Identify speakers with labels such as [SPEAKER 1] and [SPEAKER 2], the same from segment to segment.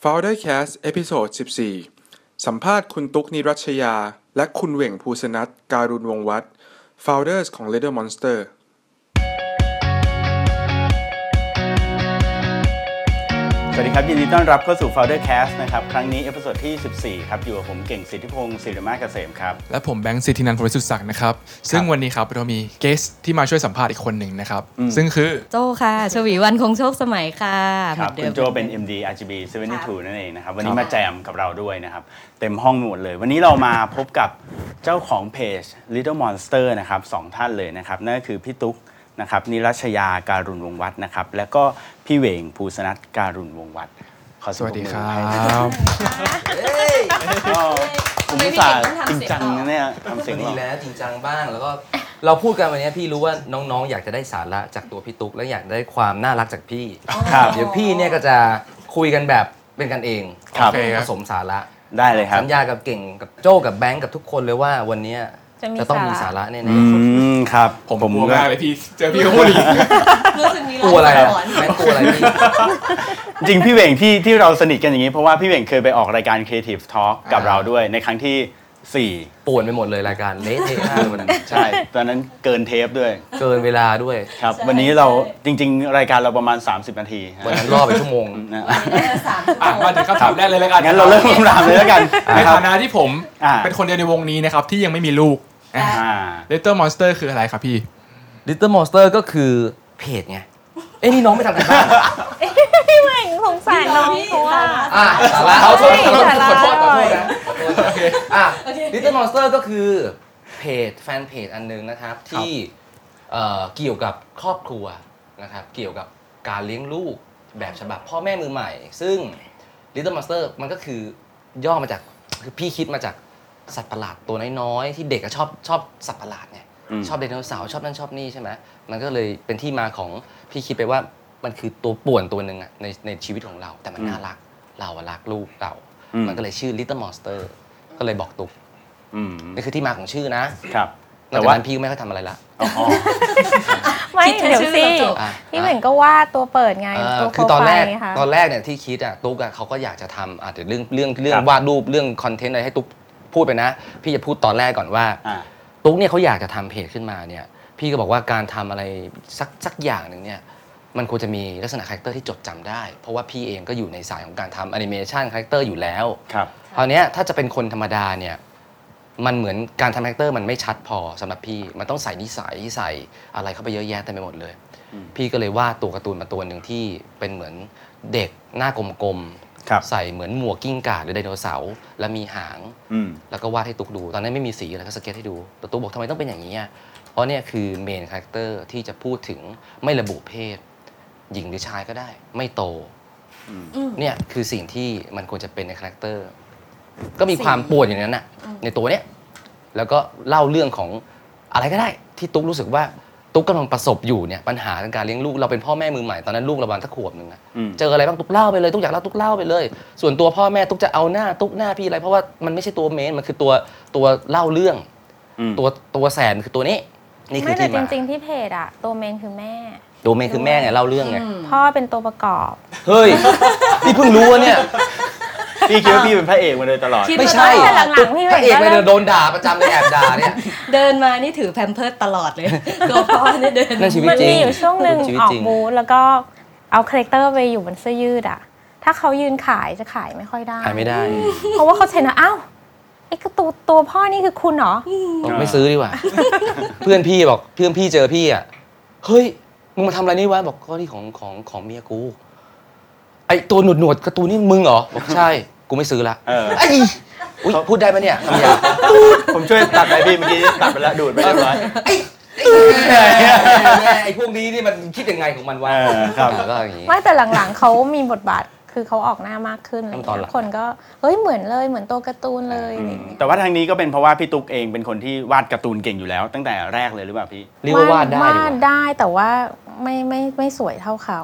[SPEAKER 1] f o u n d e r c a s t เอพิโซด14 สัมภาษณ์คุณตุ๊กนิรัชยา และคุณเหว่งภูสนัทการุณวงศ์วัฒน์ Founders ของ l e t t e r Monster
[SPEAKER 2] สวัสดีครับ ยินดีต้อนรับเข้าสู่ Founder Cast นะครับ ครั้งนี้ เอพิโซดที่ 14 ครับ อยู่กับผมเก่งสิทธิพงศ์ศิริมาศเกษมครับ
[SPEAKER 3] และผมแบงค์สิทธินันท์พลวิสุทธิศักดิ์นะครับ ซึ่งวันนี้ครับเรามีเกสที่มาช่วยสัมภาษณ์อีกคนหนึ่งนะครับ ซึ่งคือ
[SPEAKER 4] โจค่ะ ชวีวันคงโชคสมัยค่ะ
[SPEAKER 2] ครับ
[SPEAKER 4] หมื
[SPEAKER 2] คุ
[SPEAKER 4] อ
[SPEAKER 2] ณ
[SPEAKER 4] ดิม
[SPEAKER 2] โจเป็น MD RGB 72 นั่นเองนะครับ วันนี้มาแจมกับเราด้วยนะครับ เต็มห้องหมดเลย วันนี้เรามาพบกับเจ้าของเพจ Little Monster นะครับสองท่านเลยนะครับ นั่นก็คือพี่ตุ๊กนะครับนิรัชยาการุณวงศ์วัฒน์นะครับ แล้วก็พี่เหวงภูสนัทการุณวงศ์วัฒน์ขอ
[SPEAKER 3] สวัสดีครั
[SPEAKER 2] ปรบมือให้นะครับ ก็ผมอุตส่าห์จริงจังนะเนี่ยทำเสียงหล่
[SPEAKER 5] ดี
[SPEAKER 2] อ
[SPEAKER 5] แล้วจริงจังบ้างแล้วก็ เราพูดกันวันนี้พี่รู้ว่าน้องๆ อยากจะได้สาระจากตัวพี่ตุ๊กและอยากได้ความน่ารักจากพี่
[SPEAKER 2] ครับ
[SPEAKER 5] เดี๋ยวพี่เนี่ยก็จะคุยกันแบบเป็นกันเอง
[SPEAKER 2] ครับ
[SPEAKER 5] ผสมผสมสาระ
[SPEAKER 2] ได้เลยครับ
[SPEAKER 5] สัญญากับเก่งกับโจ้กับแบงค์กับทุกคนเลยว่าวันเนี้ย
[SPEAKER 4] จะมี
[SPEAKER 5] จะต้องมีสา
[SPEAKER 4] สาระ
[SPEAKER 5] ระแน่
[SPEAKER 2] อืมครับ
[SPEAKER 3] ผมกลัวมากเลยพี่เจอพี่เขาพอดี
[SPEAKER 4] รู้สึกมี
[SPEAKER 5] ๆกลัวอะไร
[SPEAKER 4] า
[SPEAKER 5] อะ
[SPEAKER 4] สอน
[SPEAKER 5] แบงค์กลัวอะไรพี่
[SPEAKER 2] จริงพี่เหวงที่ที่เราสนิทกันอย่างนี้ เพราะว่าพี่เหวงเคยไปออกรายการ Creative Talk กับ
[SPEAKER 5] อ่า
[SPEAKER 2] เราด้วยในครั้งที่
[SPEAKER 5] ป่วนไปหมดเลยรายการเละเทะมากเลยวันนั้น
[SPEAKER 2] 4 ใช่ ตอนนั้นเกินเทปด้วย
[SPEAKER 5] เกินเวลาด้วย
[SPEAKER 2] ครับ วันนี้เราจริง ๆ รายการเราประมาณ 30 นาทีฮะ
[SPEAKER 5] วันนั้นรอไปชั่วโมง
[SPEAKER 2] นะ
[SPEAKER 4] สาม
[SPEAKER 3] อ่ะมาถึงคำถามแรกเลยแล้วกัน
[SPEAKER 2] งั้นเราเริ่มคำถามเลยแล้วกัน
[SPEAKER 3] ใน
[SPEAKER 2] นะครั
[SPEAKER 3] ฐา
[SPEAKER 2] บ
[SPEAKER 3] นะที่ผม
[SPEAKER 2] อ่า
[SPEAKER 3] เป็นคนเดียวในวงนี้นะครับ ที่ยังไม่มีลูก
[SPEAKER 2] อ่า
[SPEAKER 3] Little Monster คืออะไรครับพี่
[SPEAKER 5] Little Monster ก็คือเพจไงเอ้ยนี่น้องไม่ทำกันบ้านเหรอ
[SPEAKER 4] สงสารน้องเพราะว่า
[SPEAKER 5] อ่ะสาระเอาโทษขอโทษ
[SPEAKER 4] สาระ
[SPEAKER 5] ขอโทษขอโทษ
[SPEAKER 4] หน่อ
[SPEAKER 5] นะ
[SPEAKER 4] ย
[SPEAKER 5] ขอโทษนะอ่ะ Little Monster ก็คือเพจแฟนเพจอันหนึงนะครับ ที่เอ่อเกี่ยวกับครอบครัวนะครับ เกี่ยวกับการเลี้ยงลูกแบบฉบับพ่อแม่มือใหม่ ซึ่ง Little Monster มันก็คือย่อมาจากคือพี่คิดมาจากสัตว์ประหลาดตัวน้อยๆ ที่เด็กอะชอบชอบสัตว์ประหลาดไง
[SPEAKER 2] อืม
[SPEAKER 5] ชอบไดโนเสาร์ชอบนั่นชอบนี่ใช่ไหมมันก็เลยเป็นที่มาของพี่คิดไปว่ามันคือตัวป่วนตัวหนึ่งอะในในชีวิตของเราแต่มันน่ารัก เราอะรักลูกเรา
[SPEAKER 2] อืม
[SPEAKER 5] มันก็เลยชื่อ Little Monster ก็เลยบอกตุ๊ก
[SPEAKER 2] อืม
[SPEAKER 5] นี่คือที่มาของชื่อนะครับ นอ
[SPEAKER 2] แต่
[SPEAKER 5] กจาก
[SPEAKER 2] ว่า
[SPEAKER 5] นั้นพี่ก็ไม่ค่อยทำอะไรละ
[SPEAKER 2] อ๋อ
[SPEAKER 6] ไม่
[SPEAKER 4] คิดแค่
[SPEAKER 6] เดี๋ยว
[SPEAKER 4] ชื่
[SPEAKER 6] สิ
[SPEAKER 4] อแล้วจบ
[SPEAKER 5] อ่ะ
[SPEAKER 6] พี่เหม่งก็ว่าตัวเปิดไง
[SPEAKER 5] เอ่อ
[SPEAKER 6] ตัวโป
[SPEAKER 5] คื
[SPEAKER 6] ร
[SPEAKER 5] อตอน
[SPEAKER 6] ไฟ
[SPEAKER 5] แรก
[SPEAKER 6] ล์ไงคะ
[SPEAKER 5] ตอนแรกเนี่ยที่คิดอ่ะตุ๊กอะเขาก็อยากจะทำอ่ะเดี๋ยวเรื่องเรื่องเรื่อ
[SPEAKER 2] ค
[SPEAKER 5] ง
[SPEAKER 2] รับ
[SPEAKER 5] วาดรูปเรื่องคอนเทนต์อะไรให้ตุ๊กพูดไปนะ พี่จะพูดตอนแรกก่อนว่า
[SPEAKER 2] อ่า
[SPEAKER 5] ตุ๊กเนี่ยเขาอยากจะทำเพจขึ้นมาเนี่ย พี่ก็บอกว่าการทำอะไรสักสักอย่างหนึ่งเนี่ยมันควรจะมีลักษณะคาแรคเตอร์ที่จดจำได้ เพราะว่าพี่เองก็อยู่ในสายของการทำแอนิเมชันคาแรคเตอร์อยู่แล้ว
[SPEAKER 2] ครับ
[SPEAKER 5] คราวเนี้ยถ้าจะเป็นคนธรรมดาเนี่ยมันเหมือนการทำแฮกเตอร์มันไม่ชัดพอสำหรับพี่ มันต้องใส่นิสัยใส่อะไรเข้าไปเยอะแยะเต็มไปหมดเลย
[SPEAKER 2] อืม
[SPEAKER 5] พี่ก็เลยวาดตัวการ์ตูนมาตัวหนึ่งที่เป็นเหมือนเด็กหน้ากลม
[SPEAKER 2] ครับ
[SPEAKER 5] ๆใส่เหมือนหมวกกิ้งก่าหรือไดโนเสาร์แล้วมีหาง
[SPEAKER 2] อืม
[SPEAKER 5] แล้วก็วาดให้ตุ๊กดู ตอนนั้นไม่มีสีอะไรก็สเก็ตให้ดู แต่ตุ๊กบอกทำไมต้องเป็นอย่างนี้อ่ะเพราะเนี่ยคือเมนคาแรคเตอร์ที่จะพูดถึงไม่ระบุเพศ หญิงหรือชายก็ได้ ไม่โต เนี่ยคือสิ่งที่มันควรจะเป็นในคาแรคเตอร์ ก็มีความปวดอย่างนั้นน่ะในตัวเนี้ย แล้วก็เล่าเรื่องของอะไรก็ได้ ที่ตุ๊กรู้สึกว่าตุ๊กกำลังประสบอยู่เนี่ยปัญหาทางการเลี้ยงลูกเราเป็นพ่อแม่มือใหม่ตอนนั้นลูกเราประมาณสักขวบหนึ่งอะ
[SPEAKER 2] อืม
[SPEAKER 5] เจออะไรบ้างตุ๊กเล่าไปเลยตุ๊กอยากเล่าตุ๊กเล่าไปเลย ส่วนตัวพ่อแม่ตุ๊กจะเอาหน้าตุ๊กหน้าพี่อะไรเพราะว่ามันไม่ใช่ตัวเมนมันคือตัวตัวเล่าเรื่อง
[SPEAKER 2] อืม
[SPEAKER 5] ตัวตัวแสนคือตัวนี้ นี่คื
[SPEAKER 6] ไม่
[SPEAKER 5] อ
[SPEAKER 6] แต่
[SPEAKER 5] ที่
[SPEAKER 6] จ
[SPEAKER 5] มา
[SPEAKER 6] ริง ๆ ที่เพจอะตัวเมนคือแม่
[SPEAKER 5] ตัวเมนคือแม่ไงเล่าเรื่องไง
[SPEAKER 6] พ่อเป็นตัวประกอบ
[SPEAKER 5] เฮ้ยนี่เพิ่งรู้ว่าเนี่ย
[SPEAKER 2] พี่คิดว่าพี่เป็นพระเอกมาโดยตลอด
[SPEAKER 4] คิด
[SPEAKER 5] ไม่ใช่
[SPEAKER 6] แต่หลังๆพี่
[SPEAKER 5] พ
[SPEAKER 6] เว
[SPEAKER 5] ระ
[SPEAKER 6] ก
[SPEAKER 5] เอก
[SPEAKER 6] ก็
[SPEAKER 5] ไป
[SPEAKER 6] เริ่ม
[SPEAKER 5] โดนด่าประจำเลยแอบด่าเนี่ย
[SPEAKER 4] เดินมานี่ถือแพมเพิร์ดตลอดเลยตัวพ่อเนี่ยเดิน
[SPEAKER 5] นั่นชีวิต
[SPEAKER 6] มัน
[SPEAKER 5] จริง
[SPEAKER 6] มีอยู่ช่วงหนึ่ง
[SPEAKER 5] ชีวิต
[SPEAKER 6] ออก
[SPEAKER 5] จริง
[SPEAKER 6] บูธแล้วก็เอาคาแรคเตอร์ไปอยู่บนเสื้อยืดอะถ้าเขายืนขายจะขายไม่ค่อยได้
[SPEAKER 5] ขายไม่ได้
[SPEAKER 6] เพราะว่าเขาเห็นว่าอ้าวไอ้กระตูตัวพ่อนี่คือคุณเหรอ
[SPEAKER 5] บอกไม่ซื้อดีกว่า เพื่อนพี่บอกเพื่อนพี่เจอพี่อ่ะ เฮ้ย มึงมาทำอะไรนี่วะ บอกก็ที่ของของของเมียกู ไอตัวหนวดหนวดๆการ์ตูนนี่มึงเหรอ บอกใช่ กูไม่ซื้อละ
[SPEAKER 2] เออ
[SPEAKER 5] ไอ้อุ๊ยพูดได้ปะเนี่ยคำหยาบ
[SPEAKER 2] ผมช่วยตัดไปพี่เมื่อกี้ตัดไปแล้วดูดไปเรียบร้อย
[SPEAKER 5] แย่ไอ้พวกนี้นี่มันคิดยังไงของมันวะ
[SPEAKER 2] เออครับ
[SPEAKER 5] แล้วก็อย่างงี้
[SPEAKER 6] ไม่แต่หลังๆเขามีบทบาทคือเขาออกหน้ามากขึ้นอะไร
[SPEAKER 5] ตอนห
[SPEAKER 6] เงี้
[SPEAKER 5] ลั
[SPEAKER 6] ย
[SPEAKER 5] ง
[SPEAKER 6] คนก็เฮ้ยเหมือนเลยเหมือนตัวการ์ตูนเลยอะไรเงี้ย
[SPEAKER 2] แต่ว่าทางนี้ก็เป็นเพราะว่าพี่ตุ๊กเองเป็นคนที่วาดการ์ตูนเก่งอยู่แล้ว ตั้งแต่แรกเลยหรือเปล่าพี่
[SPEAKER 5] เรียกว่าวาดได้ดีก
[SPEAKER 6] วาด
[SPEAKER 5] ว่า
[SPEAKER 6] ได้แต่ว่าไม่ไม่ไม่สวยเท่าเขา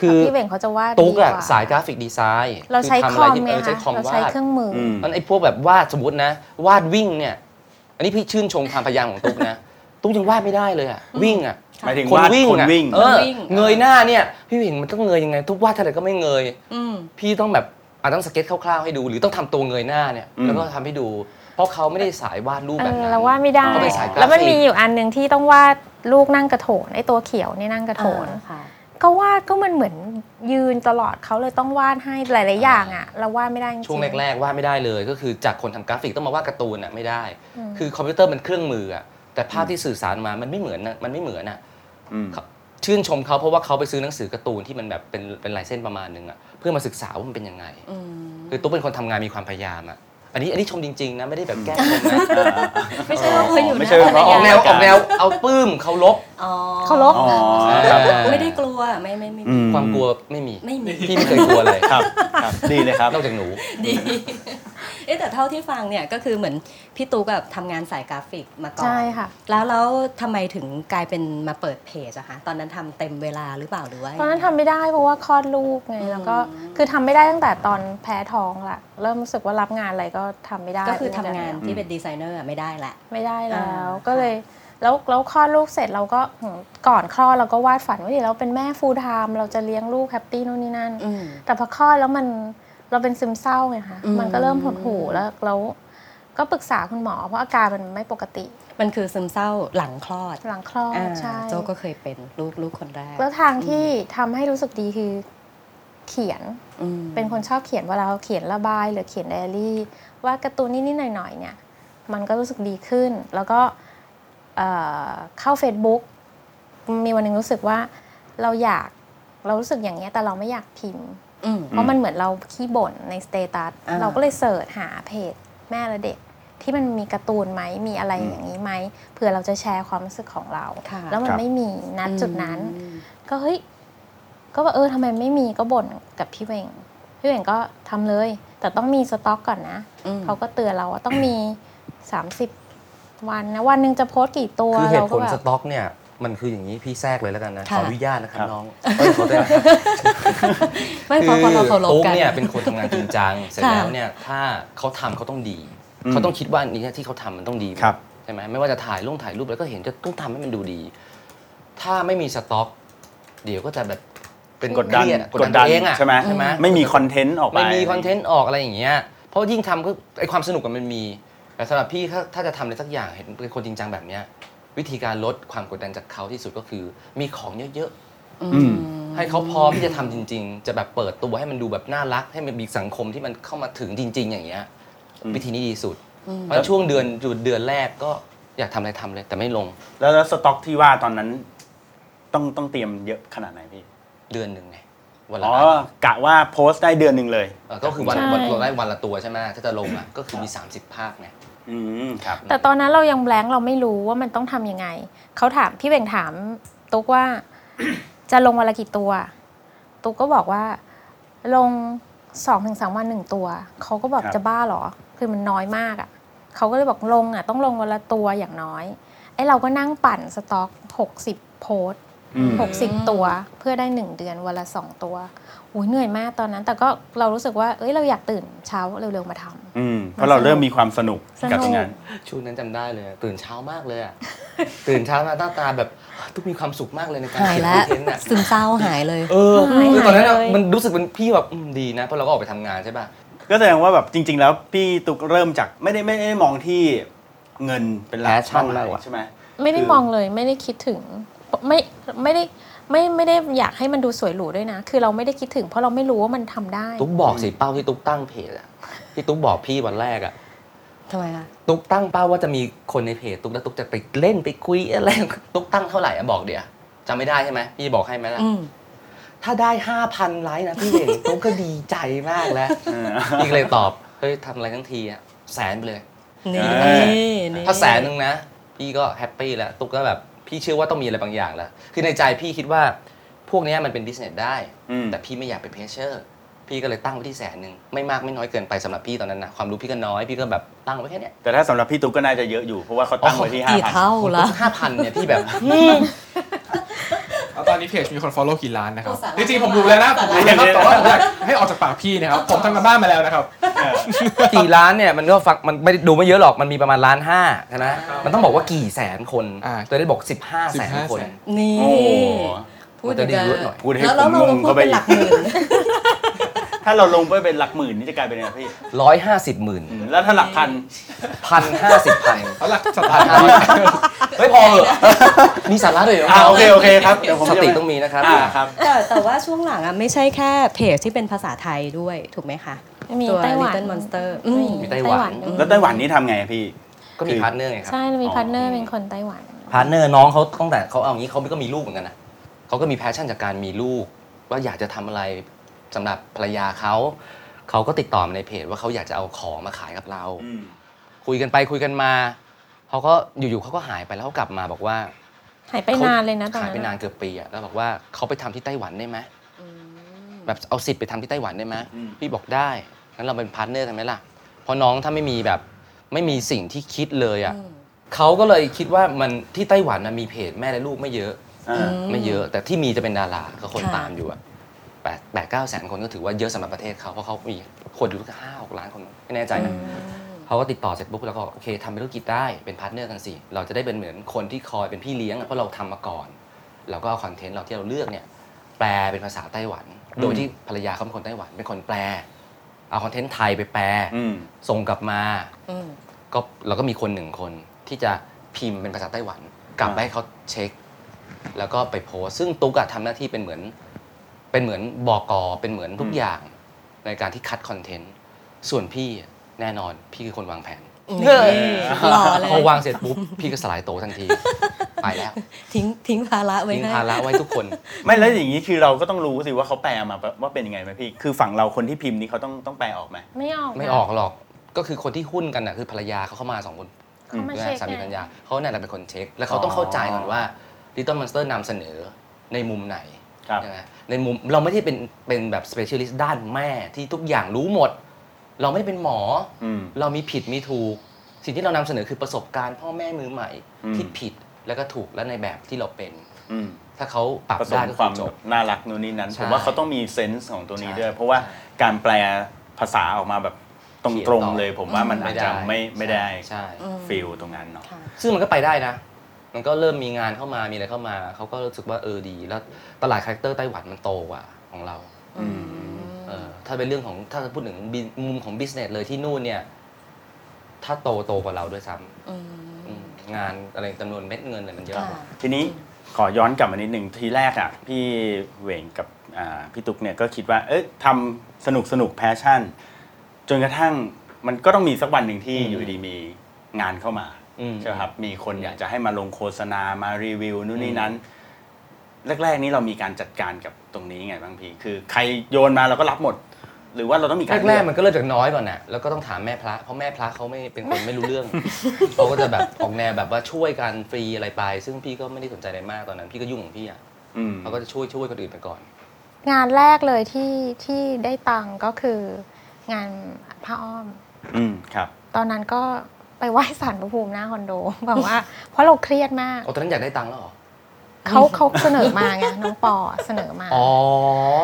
[SPEAKER 5] คือ
[SPEAKER 6] พี่เบ่งเขาจะวาด
[SPEAKER 5] ตุ๊ก
[SPEAKER 6] ดี
[SPEAKER 5] อะ
[SPEAKER 6] ว่า
[SPEAKER 5] สายกราฟิกดีไซน์
[SPEAKER 6] เราใช้
[SPEAKER 5] ทำ
[SPEAKER 6] ค
[SPEAKER 5] อะ
[SPEAKER 6] อม
[SPEAKER 5] ที่
[SPEAKER 6] ไง
[SPEAKER 5] เออใช้
[SPEAKER 6] คะ
[SPEAKER 5] คอม
[SPEAKER 6] เรา
[SPEAKER 5] วา
[SPEAKER 6] ใช้
[SPEAKER 5] ด
[SPEAKER 6] เครื่องมืออ
[SPEAKER 2] ม
[SPEAKER 5] มันไอ้พวกแบบวาดสมมตินะ วาดวิ่งเนี่ย อันนี้พี่ชื่นชมความพยายามของตุ๊กนะ ตุ๊กยังวาดไม่ได้เลยอะวิ่งอะ
[SPEAKER 2] หมายถึง
[SPEAKER 5] คน
[SPEAKER 2] วาด
[SPEAKER 5] วิ่ง
[SPEAKER 2] คน
[SPEAKER 5] อะ
[SPEAKER 2] วิ่ง
[SPEAKER 5] เออ
[SPEAKER 4] คนวิ่ง
[SPEAKER 5] เงยหน้าเนี่ยพี่เห็นมันต้องเงยยังไง ทุกวาดเท่าไหร่ก็ไม่เงย
[SPEAKER 4] อืม
[SPEAKER 5] พี่ต้องแบบอาจต้องสเก็ตคร่าวๆให้ดู หรือต้องทำตัวเงยหน้าเนี่ย
[SPEAKER 2] อืม
[SPEAKER 5] แล้วก็ทำให้ดู เพราะเขาไม่ได้สายวาดรูป
[SPEAKER 6] เอ
[SPEAKER 5] แบบ
[SPEAKER 6] อ
[SPEAKER 5] นั้น
[SPEAKER 6] เราว่าไม่ได้
[SPEAKER 5] เขาเป็นสายกราฟิก
[SPEAKER 6] แล้วมันมีอยู่อันหนึ่งที่ต้องวาดลูกนั่งกระโถนไอ้ตัวเขียวเนี่ยนั่งกระโถน ก็วาดก็มันเหมือนยืนตลอดเขาเลยต้องวาดให้หลาย ๆ อย่างอ่ะ เราวาดไม่ได้จริงๆ
[SPEAKER 5] ช่วงแรกๆวาดไม่ได้เลย ก็คือจากคนทำกราฟิกต้องมาวาดการ์ตูนอ่ะไม่ได้
[SPEAKER 6] อืม
[SPEAKER 5] คือคอมพิวเตอร์มันเครื่องมืออ่ะแต่ภาพที่สื่อสารมามันไม่เหมือนน่ะมันไม่เหมือนอ่ะ
[SPEAKER 2] อืม
[SPEAKER 5] ชื่นชมเขาเพราะว่าเขาไปซื้อหนังสือการ์ตูนที่มันแบบเป็นเป็นลายเส้นประมาณนึงอะเพื่อมาศึกษาว่ามันเป็นยังไง คือตุ๊กเป็นคนทำงานมีความพยายามอะอันนี้อันนี้ชมจริง ๆ นะ ไม่ได้แบบแกล้งชมนะ
[SPEAKER 4] ไม่ใช่ว่าเคยอยู่
[SPEAKER 2] ไม่
[SPEAKER 4] นะ
[SPEAKER 2] ใช่ว่าเขา
[SPEAKER 5] ออกแนว
[SPEAKER 2] อ๋อ
[SPEAKER 5] ออกแนวเอาปื้มเขาลบ
[SPEAKER 4] อ๋อ
[SPEAKER 6] เคารพ
[SPEAKER 2] อ๋อครับ
[SPEAKER 4] ไม่ได้กลัวไม่ไม่ไม่
[SPEAKER 2] อื
[SPEAKER 5] ความกลัวไม่มี
[SPEAKER 4] ไม่มี
[SPEAKER 5] พี่ไม่เคยกลัวเลย
[SPEAKER 2] ครับครับ ดีเลยครับ
[SPEAKER 5] นอกจากหนู
[SPEAKER 4] ดี เอ๊ะแต่เท่าที่ฟังเนี่ยก็คือเหมือนพี่ตุ๊กแบบทำงานสายกราฟิกมาก่อน
[SPEAKER 6] ใช่ค่ะ
[SPEAKER 4] แล้วแล้วทำไมถึงกลายเป็นมาเปิดเพจอะคะตอนนั้นทำเต็มเวลาหรือเปล่าหรือว่า
[SPEAKER 6] ตอนนั้นทำไม่ได้เพราะว่าคลอดลูกไง
[SPEAKER 4] อืม
[SPEAKER 6] แล้วก็คือทำไม่ได้ตั้งแต่ตอนแพ้ท้องละเริ่มรู้สึกว่ารับงานอะไรก็ทำไม่ได้
[SPEAKER 4] ก็คือทำงานที่เป็นดีไซเนอร์อะไม่ได้ละ
[SPEAKER 6] ไม่ได้แล้ว
[SPEAKER 4] อ่า
[SPEAKER 6] ก็เลยแล้วแล้วคลอดลูกเสร็จเราก็หืมก่อนคลอดเราก็วาดฝันว่าเดี๋ยวเราเป็นแม่ฟูลไทม์เราจะเลี้ยงลูกแฮปปี้นู่นนี่นั่น
[SPEAKER 4] อืม
[SPEAKER 6] แต่พอคลอดแล้วมันเราเป็นซึมเศร้าไงคะ
[SPEAKER 4] อืม
[SPEAKER 6] มันก็เริ่มหดหู่แล้วแล้วก็ปรึกษาคุณหมอ เพราะอาการมันไม่ปกติ
[SPEAKER 4] มันคือซึมเศร้าหลังคลอด
[SPEAKER 6] หลังคลอด
[SPEAKER 4] อ่า
[SPEAKER 6] ใช่
[SPEAKER 4] โจก็เคยเป็นลูกลูกคนแรก
[SPEAKER 6] แล้วทางที่ทำให้รู้สึกดีคือเขียน
[SPEAKER 4] อืม
[SPEAKER 6] เป็นคนชอบเขียนเวลาเขียนระบายหรือเขียนไดอารี่ ว่าการ์ตูนนิดๆหน่อยๆเนี่ย มันก็รู้สึกดีขึ้น แล้วก็เอ่อเข้า Facebook มีวันหนึ่งรู้สึกว่าเราอยากเรารู้สึกอย่างเงี้ยแต่เราไม่อยากพิมพ์
[SPEAKER 4] อืม
[SPEAKER 6] เพราะมันเหมือนเราขี้บ่นในสเตตัส
[SPEAKER 4] อ่า
[SPEAKER 6] เราก็เลยเสิร์ชหาเพจแม่และเด็ก ที่มันมีการ์ตูนไหมมีอะไรอย่างนี้ไหมเผื่อเราจะแชร์ความรู้สึกของเรา
[SPEAKER 4] ค่ะ
[SPEAKER 6] แล้ว
[SPEAKER 2] ค
[SPEAKER 6] มั
[SPEAKER 2] น รับ
[SPEAKER 6] ไม่มีนัดจุดนั้น
[SPEAKER 4] อืม
[SPEAKER 6] ก็เฮ้ย ก็ว่าเออทำไมไม่มีก็บ่นกับพี่เวง พี่เวงก็ทำเลย แต่ต้องมีสต็อกก่อนนะ
[SPEAKER 4] อืม
[SPEAKER 6] เขาก็เตือนเราว่าต้องมี 30 วันนะ วันหนึ่งจะโพสต์กี่ตัว
[SPEAKER 5] คือเห
[SPEAKER 6] เรา
[SPEAKER 5] ตุผ
[SPEAKER 6] ก็
[SPEAKER 5] ล
[SPEAKER 6] แบ
[SPEAKER 5] ส
[SPEAKER 6] บ
[SPEAKER 5] ต็อกเนี่ยมันคืออย่างนี้พี่แทรกเลยแล้วกันนะข
[SPEAKER 4] ค่ะ
[SPEAKER 5] ออนุญาตนะครั
[SPEAKER 2] ครับ บ
[SPEAKER 5] น้องเอ้ยขอโทษนะครับ
[SPEAKER 4] ไม่เพ
[SPEAKER 5] คื
[SPEAKER 4] ราะ
[SPEAKER 5] อ
[SPEAKER 4] พอเราเคารพ
[SPEAKER 5] ตุ๊ก
[SPEAKER 4] กัน
[SPEAKER 5] เนี่ยเป็นคนทำงานจริงจัง เสร็จ
[SPEAKER 4] ค่ะ
[SPEAKER 5] แล้วเนี่ยถ้าเขาทำเขาต้องดี
[SPEAKER 2] อืม
[SPEAKER 5] เขาต้องคิดว่าอันนี้ที่เขาทำมันต้องดี
[SPEAKER 2] ครับ
[SPEAKER 5] ใช่ไหมไม่ว่าจะถ่ายลงถ่ายรูปแล้วก็เห็นจะต้องทำให้มันดูดี ถ้าไม่มีสต็อก เดี๋ยวก็จะแบบเป็น
[SPEAKER 2] กดดัน
[SPEAKER 5] เครียอะ
[SPEAKER 2] กดดัน
[SPEAKER 5] ตัวเองอะ
[SPEAKER 2] ใช่ไหม
[SPEAKER 5] ใช่ไหม
[SPEAKER 2] ไม่มีคอนเทนต์ออกไป
[SPEAKER 5] ไม่มีคอนเทนต์ออกอะไรอย่างเงี้ยเพราะยิ่งทำก็ไอความสนุกอะมันมี แต่สำหรับพี่ถ้าถ้าจะทำอะไรสักอย่างเห็นเป็นคนจริงจังแบบเนี้ยวิธีการลดความกดดันจากเขาที่สุดก็คือ มีของเยอะๆ
[SPEAKER 2] อืม
[SPEAKER 5] ให้เขาพร้อมที่จะทำจริง ๆ จะแบบเปิดตัวให้มันดูแบบน่ารัก ให้มันมีสังคมที่มันเข้ามาถึงจริง ๆ อย่างเงี้ย
[SPEAKER 2] อืม
[SPEAKER 5] วิธีนี้ดีสุด
[SPEAKER 4] อืม
[SPEAKER 5] เพราะช่วงเดือนจุดเดือนแรกก็อยากทำอะไรทำเลย แต่ไม่ลง
[SPEAKER 2] แล้วแล้วสต็อกที่ว่าตอนนั้น ต้องต้องเตรียมเยอะขนาดไหนพี่
[SPEAKER 5] เดือนหนึ่งไงวันละ
[SPEAKER 2] อ๋อ
[SPEAKER 5] อัน
[SPEAKER 2] กะว่าโพสต์ได้เดือนหนึ่งเลย
[SPEAKER 5] เออก็คือวัน
[SPEAKER 6] ใช่
[SPEAKER 5] วันเราได้วันละตัวใช่ไหมถ้าจะลงอ่ะก็คือมี 30 ภาคไง
[SPEAKER 2] อืมครับ
[SPEAKER 6] แต่ตอนนั้นเรายังแบงค์เราไม่รู้ว่ามันต้องทำยังไง เขาถามพี่เวงถามตุ๊กว่า จะลงวันละกี่ตัว ตุ๊กก็บอกว่า ลงสองถึงสามวันหนึ่งตัว เขาก็บอก
[SPEAKER 2] ครับ
[SPEAKER 6] จะบ้าเหรอ คือมันน้อยมากอะ่ะ เขาก็เลยบอกลงอะ่ะ ต้องลงวันละตัวอย่างน้อย ไอ้เราก็นั่งปั่นสต็อกหกสิบโพสต์
[SPEAKER 2] อืม
[SPEAKER 6] หกสิบตัว เพื่อได้หนึ่งเดือนวันละสองตัวอุ้ยเหนื่อยมากตอนนั้น แต่ก็เรารู้สึกว่าเอ้ยเราอยากตื่นเช้าเร็วๆมาทำ
[SPEAKER 2] อืมเพราะเราเริ่มมีความสนุกกับ
[SPEAKER 6] สนุก
[SPEAKER 2] งาน
[SPEAKER 5] ช่วงนั้นจำได้เลย ตื่นเช้ามากเลยอะ ตื่นเช้ามาหน้าตาแบบทุกมีความสุขมากเลยในการ
[SPEAKER 4] หาย
[SPEAKER 5] เขียน
[SPEAKER 4] แล้ว
[SPEAKER 5] คอนเทนต์อะ
[SPEAKER 4] ซึมเศร้าหายเลย
[SPEAKER 5] เออ
[SPEAKER 6] หาย
[SPEAKER 5] คือตอนนั้นอะ
[SPEAKER 6] เลย
[SPEAKER 5] มันรู้สึกเป็นพี่แบบอืมดีนะเพราะเราก็ออกไปทำงานใช่ป่ะ
[SPEAKER 2] ก็แสดงว่าแบบจริง ๆ แล้วพี่ตุกเริ่มจากไม่ได้ไม่ได้มองที่เงินเป็นหลัก
[SPEAKER 5] Passion
[SPEAKER 2] เท่ไหร่
[SPEAKER 5] มากกว่า
[SPEAKER 2] ใช่ไหม
[SPEAKER 6] ไม่ได้
[SPEAKER 2] คือ
[SPEAKER 6] มองเลยไม่ได้คิดถึงไม่ไม่ได้ไม่ไม่ได้อยากให้มันดูสวยหรูด้วยนะ คือเราไม่ได้คิดถึง เพราะเราไม่รู้ว่ามันทำได้
[SPEAKER 5] ตุ๊กบอกสิเป้าที่ตุ๊กตั้งเพจอะที่ตุ๊กบอกพี่วันแรกอะ
[SPEAKER 4] ทำไมคะ
[SPEAKER 5] ตุ๊กตั้งเป้าว่าจะมีคนในเพจตุ๊กแล้วตุ๊กจะไปเล่นไปคุยอะไร ตุ๊กตั้งเท่าไหร่อะบอกเดี๋ยวจำไม่ได้ใช่ไหมพี่บอกให้ไหมล่ะ
[SPEAKER 4] อืม
[SPEAKER 5] ถ้าได้ห้าพันไลค์นะพี่เด่ง ตุ๊กก็ดีใจมากแล้ว
[SPEAKER 2] เออ
[SPEAKER 5] พี่ก็เลยตอบเฮ้ยทำอะไรทั้งทีอะแสนไปเลย
[SPEAKER 4] นี่
[SPEAKER 2] เออ
[SPEAKER 4] นี่
[SPEAKER 5] ถ้าแสนหนึ่งนะ พี่ก็แฮปปี้แล้วตุ๊กก็แบบพี่เชื่อว่าต้องมีอะไรบางอย่างแล้วคือในใจพี่คิดว่าพวกเนี้ยมันเป็นบิสเนสได้
[SPEAKER 2] อืม
[SPEAKER 5] แต่พี่ไม่อยากเป็นเพชเชอร์ พี่ก็เลยตั้งไว้ที่แสนหนึ่งไม่มากไม่น้อยเกินไปสำหรับพี่ตอนนั้นนะความรู้พี่ก็น้อยพี่ก็แบบตั้งไว้แค่เนี้ย
[SPEAKER 2] แต่ถ้าสำหรับพี่ตุกก็น่าจะเยอะอยู่เพราะว่าเขาตั้งไว้ที่ห้า
[SPEAKER 4] กี่
[SPEAKER 2] พัน
[SPEAKER 4] เท่าละ
[SPEAKER 5] ห้าพันเนี่ยพี่แบบ
[SPEAKER 3] แล้วตอนนี้เพจมีคน follow กี่ล้านนะครับ
[SPEAKER 4] โอ้สาระ
[SPEAKER 3] จริงๆ ผมรู้แล้วนะผมรู้แล้วครับแต่ว่าผมอยากให้ออกจากปากพี่ นะครับ ผมทำกันบ้านมาแล้วนะครับ
[SPEAKER 5] กี่ล้านเนี่ยมันก็ฟังมันไม่ได้ดูไม่เยอะหรอกมันมีประมาณล้านห้าใช่ไหม
[SPEAKER 4] ครับ
[SPEAKER 5] มันต้องบอกว่ากี่แสนคน
[SPEAKER 3] อ่า
[SPEAKER 5] ตัวได้บอก 15 แสน
[SPEAKER 3] 15
[SPEAKER 5] คน
[SPEAKER 3] แสน
[SPEAKER 4] ี่
[SPEAKER 2] โอ้โห
[SPEAKER 4] พูดอย่างเดียว
[SPEAKER 5] มันจะได้เยอะหน่อย
[SPEAKER 2] พูดให้
[SPEAKER 4] แล้วแล้วเรา
[SPEAKER 2] ผมงง
[SPEAKER 4] พู
[SPEAKER 2] เข้า
[SPEAKER 4] ด
[SPEAKER 2] ไป
[SPEAKER 4] เป็น
[SPEAKER 2] อีก
[SPEAKER 4] หลักหมื่น
[SPEAKER 2] ถ้าเราลงไปเป็นหลักหมื่นนี่จะกลายเป็นอะไรพี่
[SPEAKER 5] 150หมื่น
[SPEAKER 2] อืมแล้วถ้าหลักพัน
[SPEAKER 5] พันห้าสิบพัน
[SPEAKER 3] แล้วหลักสถา
[SPEAKER 5] พัน
[SPEAKER 3] นะ
[SPEAKER 5] ห้าเฮ้ยพอเหอะมีสาระด้วยเหรอ
[SPEAKER 2] อ่าโอเคโอเคครับเดี๋ยวผม
[SPEAKER 5] ส
[SPEAKER 2] จะ
[SPEAKER 5] ติต้องมีนะครับ
[SPEAKER 2] อ่าครับ
[SPEAKER 4] แต่แต่ว่าช่วงหลังอ่ะไม่ใช่แค่เพจที่เป็นภาษาไทยด้วยถูกไหมคะ
[SPEAKER 6] มี
[SPEAKER 4] ตัว
[SPEAKER 6] ไต้หวัน
[SPEAKER 4] Little Monster อืม
[SPEAKER 5] มีไต้หวัน
[SPEAKER 6] ด้ย
[SPEAKER 2] แล้วไต้หวันนี่ทำไงอะพี่
[SPEAKER 5] ก็มีพาร์ทเนอร์ไงครับ
[SPEAKER 6] ใช่เรามีพาร์ทเนอร์เป็นคนไต้หวัน
[SPEAKER 5] พาร์ทเนอร์น้องเขาตั้งแต่เขาเอางี้เขาก็มีลูกเหมือนกันนะเขาก็มีแพชชั่นจากการมีลูก ว่าอยากจะทำอะไรสำหรับภรรยาเขาเขาก็ติดต่อมาในเพจว่าเขาอยากจะเอาของมาขายกับเรา คุยกันไปคุยกันมาเขาก็อยู่ๆเขาก็หายไปแล้วเขากลับมาบอกว่า
[SPEAKER 6] หายไปนานเลยนะตอน
[SPEAKER 5] หาย
[SPEAKER 6] นั้
[SPEAKER 5] ไป
[SPEAKER 6] น
[SPEAKER 5] นานเกือบปีอะแล้วบอกว่าเขาไปทำที่ไต้หวันได้ไหมแบบเอาสิทธิ์ไปทำที่ไต้หวันได้ไหม
[SPEAKER 2] อืม
[SPEAKER 5] พี่บอกได้งั้นเราเป็นพาร์ทเนอร์กันไหมล่ะเพราะน้องถ้าไม่มีแบบไม่มีสิ่งที่คิดเลยอะเขาก็เลยคิดว่ามันที่ไต้หวันน่ะมีเพจแม่และลูกไม่เยอะ
[SPEAKER 2] อ่า
[SPEAKER 5] ไม่เยอะแต่ที่มีจะเป็นดาราก็คน
[SPEAKER 4] ค่ะ
[SPEAKER 5] ตามอยู่อะแปดแปดเก้าแสนคนก็ถือว่าเยอะสำหรับประเทศเขาเพราะเขามีคนอยู่ห้าหกล้านคนไม่แน่ใจนะเขาก็ติดต่อเสร็จปุ๊บแล้วก็โอเคทำเป็นธุรกิจได้เป็นพาร์ทเนอร์กันสิเราจะได้เป็นเหมือนคนที่คอยเป็นพี่เลี้ยงอะเพราะเราทำมาก่อน เราก็เอาคอนเทนต์เราที่เราเลือกเนี่ยแปลเป็นภาษาไต้หวัน โดยที่ภรรยาเขาเป็นคนไต้หวันเป็นคนแปล เอาคอนเทนต์ไทยไปแปล
[SPEAKER 2] อืม
[SPEAKER 5] ส่งกลับมา
[SPEAKER 4] อืม
[SPEAKER 5] ก็เราก็มีคนหนึ่งคนที่จะพิมพ์เป็นภาษาไต้หวัน กลับไปให้เขาเช็ค แล้วก็ไปโพสต์ซึ่งตุ๊กอะทำหน้าที่เป็นเหมือน เป็นเหมือนบอกอเป็นเหมือนทุก
[SPEAKER 2] อืม
[SPEAKER 5] อย่างในการที่คัดคอนเทนต์ส่วนพี่แน่นอนพี่คือคนวางแผน
[SPEAKER 4] เฮ้ยหล่อเลย
[SPEAKER 5] พอวางเสร็จปุ๊บพี่ก็สลายโตทันที ไปแล้ว
[SPEAKER 4] ทิ้งทิ้งภาระไว้
[SPEAKER 5] ทิ้ง
[SPEAKER 4] ให้
[SPEAKER 5] ภาระไว้ทุกคน
[SPEAKER 2] ไม่แล้วอย่างนี้คือเราก็ต้องรู้สิว่าเขาแปลมาว่าเป็นยังไงไหมพี่ คือฝั่งเราคนที่พิมพ์นี่เขาต้องต้องแปลออกไหม
[SPEAKER 6] ไม่ออกนะ
[SPEAKER 5] ไม่ออกหรอกก็คือคนที่หุ้นกันน่ะคือภรรยาเขาเข้ามาสองคน
[SPEAKER 6] เขามา
[SPEAKER 5] ใช่
[SPEAKER 6] เช็ค
[SPEAKER 5] สามี
[SPEAKER 6] ไง
[SPEAKER 5] ภรรยาเขาเนี่ยแหละเป็นคนเช็ค แล้วเขาต้องเข้าใจก่อนว่า Little Monster นำเสนอในมุมไหน
[SPEAKER 2] ครับ
[SPEAKER 5] ใช่ไหมในมุมเราไม่ได้เป็นเป็นแบบ specialist ด้านแม่ที่ทุกอย่างรู้หมด เราไม่ได้เป็นหมอ
[SPEAKER 2] อืม
[SPEAKER 5] เรามีผิดมีถูก สิ่งที่เรานำเสนอคือประสบการณ์พ่อแม่มือใหม่
[SPEAKER 2] อืม
[SPEAKER 5] ที่ผิดแล้วก็ถูกและในแบบที่เราเป็น
[SPEAKER 2] อืม
[SPEAKER 5] ถ้าเขาปรับ
[SPEAKER 2] ผส
[SPEAKER 5] ได้
[SPEAKER 2] ม
[SPEAKER 5] ก็
[SPEAKER 2] ความ
[SPEAKER 5] คือจบ
[SPEAKER 2] น่ารักนู่นนี่นั้น
[SPEAKER 5] ใช่
[SPEAKER 2] ผมว่าเขาต้องมีเซนส์ของตัวนี้
[SPEAKER 5] ใช่
[SPEAKER 2] ด้วย เพราะว่า
[SPEAKER 5] ใช่
[SPEAKER 2] การแปลภาษาออกมาแบบต
[SPEAKER 5] เขียน
[SPEAKER 2] รง
[SPEAKER 5] ต่อ
[SPEAKER 2] ๆเลย ผมว่ามันอาจจะไม่ไม่ได้
[SPEAKER 5] ใช่
[SPEAKER 2] ฟิลตรงนั้นเนาะ
[SPEAKER 4] ค่ะ
[SPEAKER 5] ซึ่งมันก็ไปได้นะ มันก็เริ่มมีงานเข้ามา มีอะไรเข้ามา เขาก็รู้สึกว่าเออดี แล้วตลาดคาแรคเตอร์ไต้หวันมันโตกว่าของเรา
[SPEAKER 2] อืม
[SPEAKER 5] เออถ้าเป็นเรื่องของถ้าพูดถึงบิมุมของบิสเนสเลยที่นู่นเนี่ย ถ้าโตโตกว่าเราด้วยซ้
[SPEAKER 4] อืม
[SPEAKER 5] ำอืมงานอะไรจำนวนเม็ดเงินอะไรมันเยอะ
[SPEAKER 4] ค่ะ
[SPEAKER 5] กว่า
[SPEAKER 2] ทีนี้ขอย้อนกลับมานิดหนึ่งทีแรกอ่ะพี่เหวงกับอ่าพี่ตุ๊กเนี่ยก็คิดว่าเอ๊ะทำสนุกสนุกแพชชั่น จนกระทั่งมันก็ต้องมีสักวันหนึ่งที่
[SPEAKER 5] อืม
[SPEAKER 2] อยู่ดีมีงานเข้ามา
[SPEAKER 5] อืม
[SPEAKER 2] ใช่ไหมครับมีคน
[SPEAKER 5] อืม
[SPEAKER 2] อยากจะให้มาลงโฆษณามารีวิวนู่นนี่
[SPEAKER 5] อืม
[SPEAKER 2] นั้น แรก ๆ นี้เรามีการจัดการกับตรงนี้ไงบางพี่คือ ใครโยนมาเราก็รับหมด หรือว่าเราต้องมีการ
[SPEAKER 5] แรก
[SPEAKER 2] เลือ
[SPEAKER 5] ๆมันก็เริ่มจากน้อยก่อนน่ะ แล้วก็ต้องถามแม่พระ เพราะแม่พระเขาไม่เป็นคนไม่รู้เรื่อง เขาก็จะแบบออกแนวแบบว่าช่วยกันฟรีอะไรไป ซึ่งพี่ก็ไม่ได้สนใจอะไรมากตอนนั้น พี่ก็ยุ่งของพี่อ่ะ
[SPEAKER 2] อืม
[SPEAKER 5] เขาก็จะช่วยช่วยคนอื่นไปก่อน
[SPEAKER 6] งานแรกเลยที่ที่ได้ตังค์ก็คืองานผ้าอ้อม
[SPEAKER 2] อืมครับ
[SPEAKER 6] ตอนนั้นก็ไปไหว้สารพระภูมิหน้าคอนโดแบบว่า เพราะเราเครียดมาก
[SPEAKER 5] เอาตอนนั้นอยากได้ตังค์แล้วเหรอ
[SPEAKER 6] เขาเขาเสนอมาไงน้องปอเสนอมา
[SPEAKER 5] อ๋อ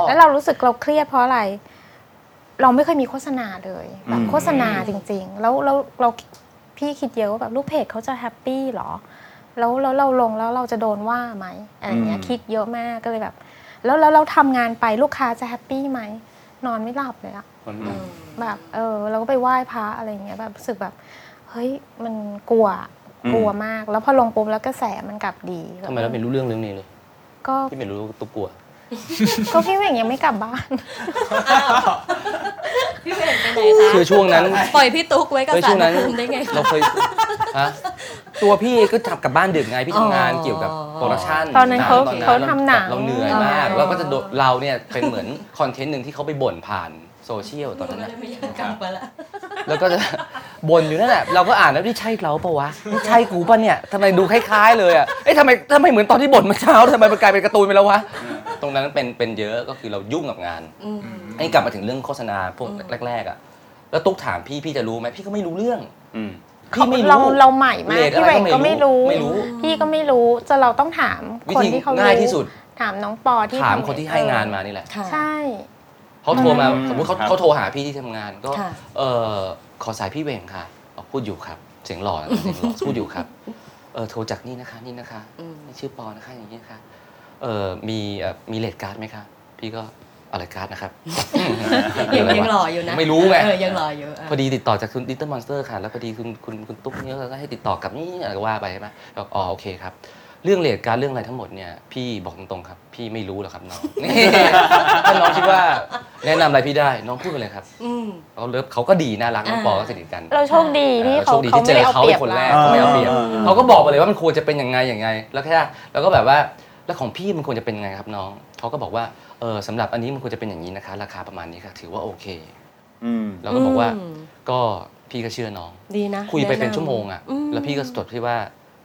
[SPEAKER 6] แล้วเรารู้สึกเราเครียดเพราะอะไร เราไม่เคยมีโฆษณาเลยแบ
[SPEAKER 2] อื
[SPEAKER 6] บ
[SPEAKER 2] ม
[SPEAKER 6] โฆษณาจริง ๆ แล้วแล้วเราพี่คิดเยอะว่าแบบลูกเพจเขาจะแฮปปี้หรอ แล้วแล้วเราลงแล้วเราจะโดนว่าไหมอะไรอย่างเงี้ยคิดเยอะมากก็เลยแบบ แล้วแล้วเราทำงานไปลูกค้าจะแฮปปี้ไหมนอนไม่หลับเลยอะ
[SPEAKER 5] มัน
[SPEAKER 4] อืม
[SPEAKER 6] แบบเออเราก็ไปไหว้พระอะไรอย่างเงี้ยแบบรู้สึกแบบ เฮ้ยมันกลัว
[SPEAKER 2] อืม
[SPEAKER 6] กลัวมาก แล้วพอลงปุ๊บแล้วกระแสมันกลับดี
[SPEAKER 5] ทำไมเราไม่รู้เรื่องเรื่องนี้เลย
[SPEAKER 6] ก็
[SPEAKER 5] พี่ไม่รู้ตัวกลัว
[SPEAKER 6] ก็พี่เหว่งยังไม่กลับบ้าน
[SPEAKER 4] พี่เวนไปไหนคะ
[SPEAKER 5] คือช่วงนั้น
[SPEAKER 4] ปล่อยพี่ตุ๊กไว้กับ
[SPEAKER 5] เฮ้ย
[SPEAKER 4] สา
[SPEAKER 5] ช่
[SPEAKER 4] รพ
[SPEAKER 5] วงนั้
[SPEAKER 4] ระ
[SPEAKER 5] น
[SPEAKER 4] ภูมิได้ไงคะ
[SPEAKER 5] เราเคย ฮะ ตัวพี่ก็ทำกลับบ้านดึกไง พี่ทำงาน
[SPEAKER 4] อ๋อ
[SPEAKER 5] เกี่ยวกับโปรดักชัน
[SPEAKER 6] ตอนนั้นเขาเขาทำหนัง
[SPEAKER 5] เราเหนื่อยมาก
[SPEAKER 6] อ๋อ
[SPEAKER 5] เราก็จะโดนเราเนี่ย เป็นเหมือนคอนเทนต์หนึ่งที่เขาไปบ่นผ่านโซเชียลตอนนั้น
[SPEAKER 4] ก็
[SPEAKER 5] นะ
[SPEAKER 4] เลยไม่อยากกลับมาละ
[SPEAKER 5] แล้วก็จะ บ่นอยู่นั่นแหละเราก็อ่านแล้วนี่ใช่เราปะวะนี่ใช่กูปะเนี่ยทำไมดูคล้ายๆเลยอ่ะเอ้ยทำไมทำไมเหมือนตอนที่บ่นเมื่อเช้าทำไมมันกลายเป็นการ์ตูนไปแล้ววะตรงนั้นเป็นเป็นเยอะก็คือเรายุ่งกับงาน
[SPEAKER 4] อืม
[SPEAKER 5] ไอ้กลับมาถึงเรื่องโฆษณาพวก
[SPEAKER 4] อืม
[SPEAKER 5] แรกๆอ่ะ แล้วตุ๊กถามพี่พี่จะรู้ไหมพี่ก็ไม่รู้เรื่อง
[SPEAKER 2] อืม
[SPEAKER 5] พี่ไม่
[SPEAKER 6] เรา
[SPEAKER 5] รู้
[SPEAKER 6] เราใหม่มาก
[SPEAKER 5] เรท
[SPEAKER 6] พี่เหว่ง
[SPEAKER 5] อะไรก็
[SPEAKER 6] ก็
[SPEAKER 5] ไม่
[SPEAKER 6] ไม่
[SPEAKER 5] รู้
[SPEAKER 6] รู้
[SPEAKER 5] ไม่รู้
[SPEAKER 6] พี่ก็ไม่รู้จะเราต้องถาม
[SPEAKER 5] วิ
[SPEAKER 6] คน
[SPEAKER 5] ธี
[SPEAKER 6] ที่เขารู้
[SPEAKER 5] ง่ายที่สุด
[SPEAKER 6] ถามน้องปอที่
[SPEAKER 5] ถาม
[SPEAKER 6] ทำ
[SPEAKER 5] คนที่ให้งานมานี่แหละ
[SPEAKER 4] ค่ะ
[SPEAKER 6] ใช่
[SPEAKER 5] เขาโทรมา
[SPEAKER 2] อืม
[SPEAKER 5] สมมติเขา
[SPEAKER 2] ครับ
[SPEAKER 5] เขาโทรหาพี่ที่ทำงานก็
[SPEAKER 4] ค่ะ
[SPEAKER 5] เออขอสายพี่เวงค่ะบอกพูดอยู่ครับ เสียงหล่อนะเสียงหล่อพูดอยู่ครับเออโทรจากนี่นะคะ นี่นะคะ
[SPEAKER 4] อืม
[SPEAKER 5] ชื่อปอนะคะอย่างนี้นะคะเออมีเอ่อมีเลดการ์ดไหมคะพี่ก็อะไรการ์ดนะครับ
[SPEAKER 4] ยังยังหล่ออยู่นะ
[SPEAKER 5] ไม่รู้ไง
[SPEAKER 4] เออยังหล่ออยู่เออ
[SPEAKER 5] พอดีติดต่อจากคุณดิจิตอลมอนสเตอร์ค่ะ แล้วพอดีคุณคุณคุณตุ๊กเนี่ยก็ให้ติดต่อกับนี่อะไรก็ว่าไปใช่ไหมบอกอ๋อโอเคครับ เรื่องเลทการดเรื่องอะไรทั้งหมดเนี่ยพี่บอกตรงๆครับ พี่ไม่รู้หรอกครับน้อง นี่ถ้าน้องคิดว่าแนะนำอะไรพี่ได้น้องพูดไปเลยครับ
[SPEAKER 4] อืม
[SPEAKER 5] เขาเลิฟเขาก็ดีน่ารักน้องปอก็สนิทกัน
[SPEAKER 6] เราโชคดีที่
[SPEAKER 5] โช
[SPEAKER 6] เขา
[SPEAKER 5] คดีที่
[SPEAKER 6] เขา
[SPEAKER 5] เจอ
[SPEAKER 6] ไม่ได้เอา
[SPEAKER 5] เขา
[SPEAKER 6] เปรี
[SPEAKER 5] เป็
[SPEAKER 6] ยบ
[SPEAKER 5] นคนแรก
[SPEAKER 6] เรา
[SPEAKER 5] เขาไม่เอาเปรียบ
[SPEAKER 2] อ่า
[SPEAKER 5] เขาก็บอกไปเลยว่ามันควรจะเป็นยังไงอย่างไง แล้วแค่แล้วก็แบบว่าแล้วของพี่มันควรจะเป็นยังไงครับน้องเขาก็บอกว่าเออสำหรับอันนี้มันควรจะเป็นอย่างนี้นะคะ ราคาประมาณนี้ค่ะ ถือว่าโอเค
[SPEAKER 2] อืม
[SPEAKER 5] เราก็บอกว่า
[SPEAKER 4] อืม
[SPEAKER 5] ก็พี่ก็เชื่อน้อง
[SPEAKER 4] ดีนะ
[SPEAKER 5] คุยไปเป็น
[SPEAKER 4] แะำ
[SPEAKER 5] ชั่วโมงอ่ะ
[SPEAKER 4] ม
[SPEAKER 5] แล้วพี่ก็จดที่ว่า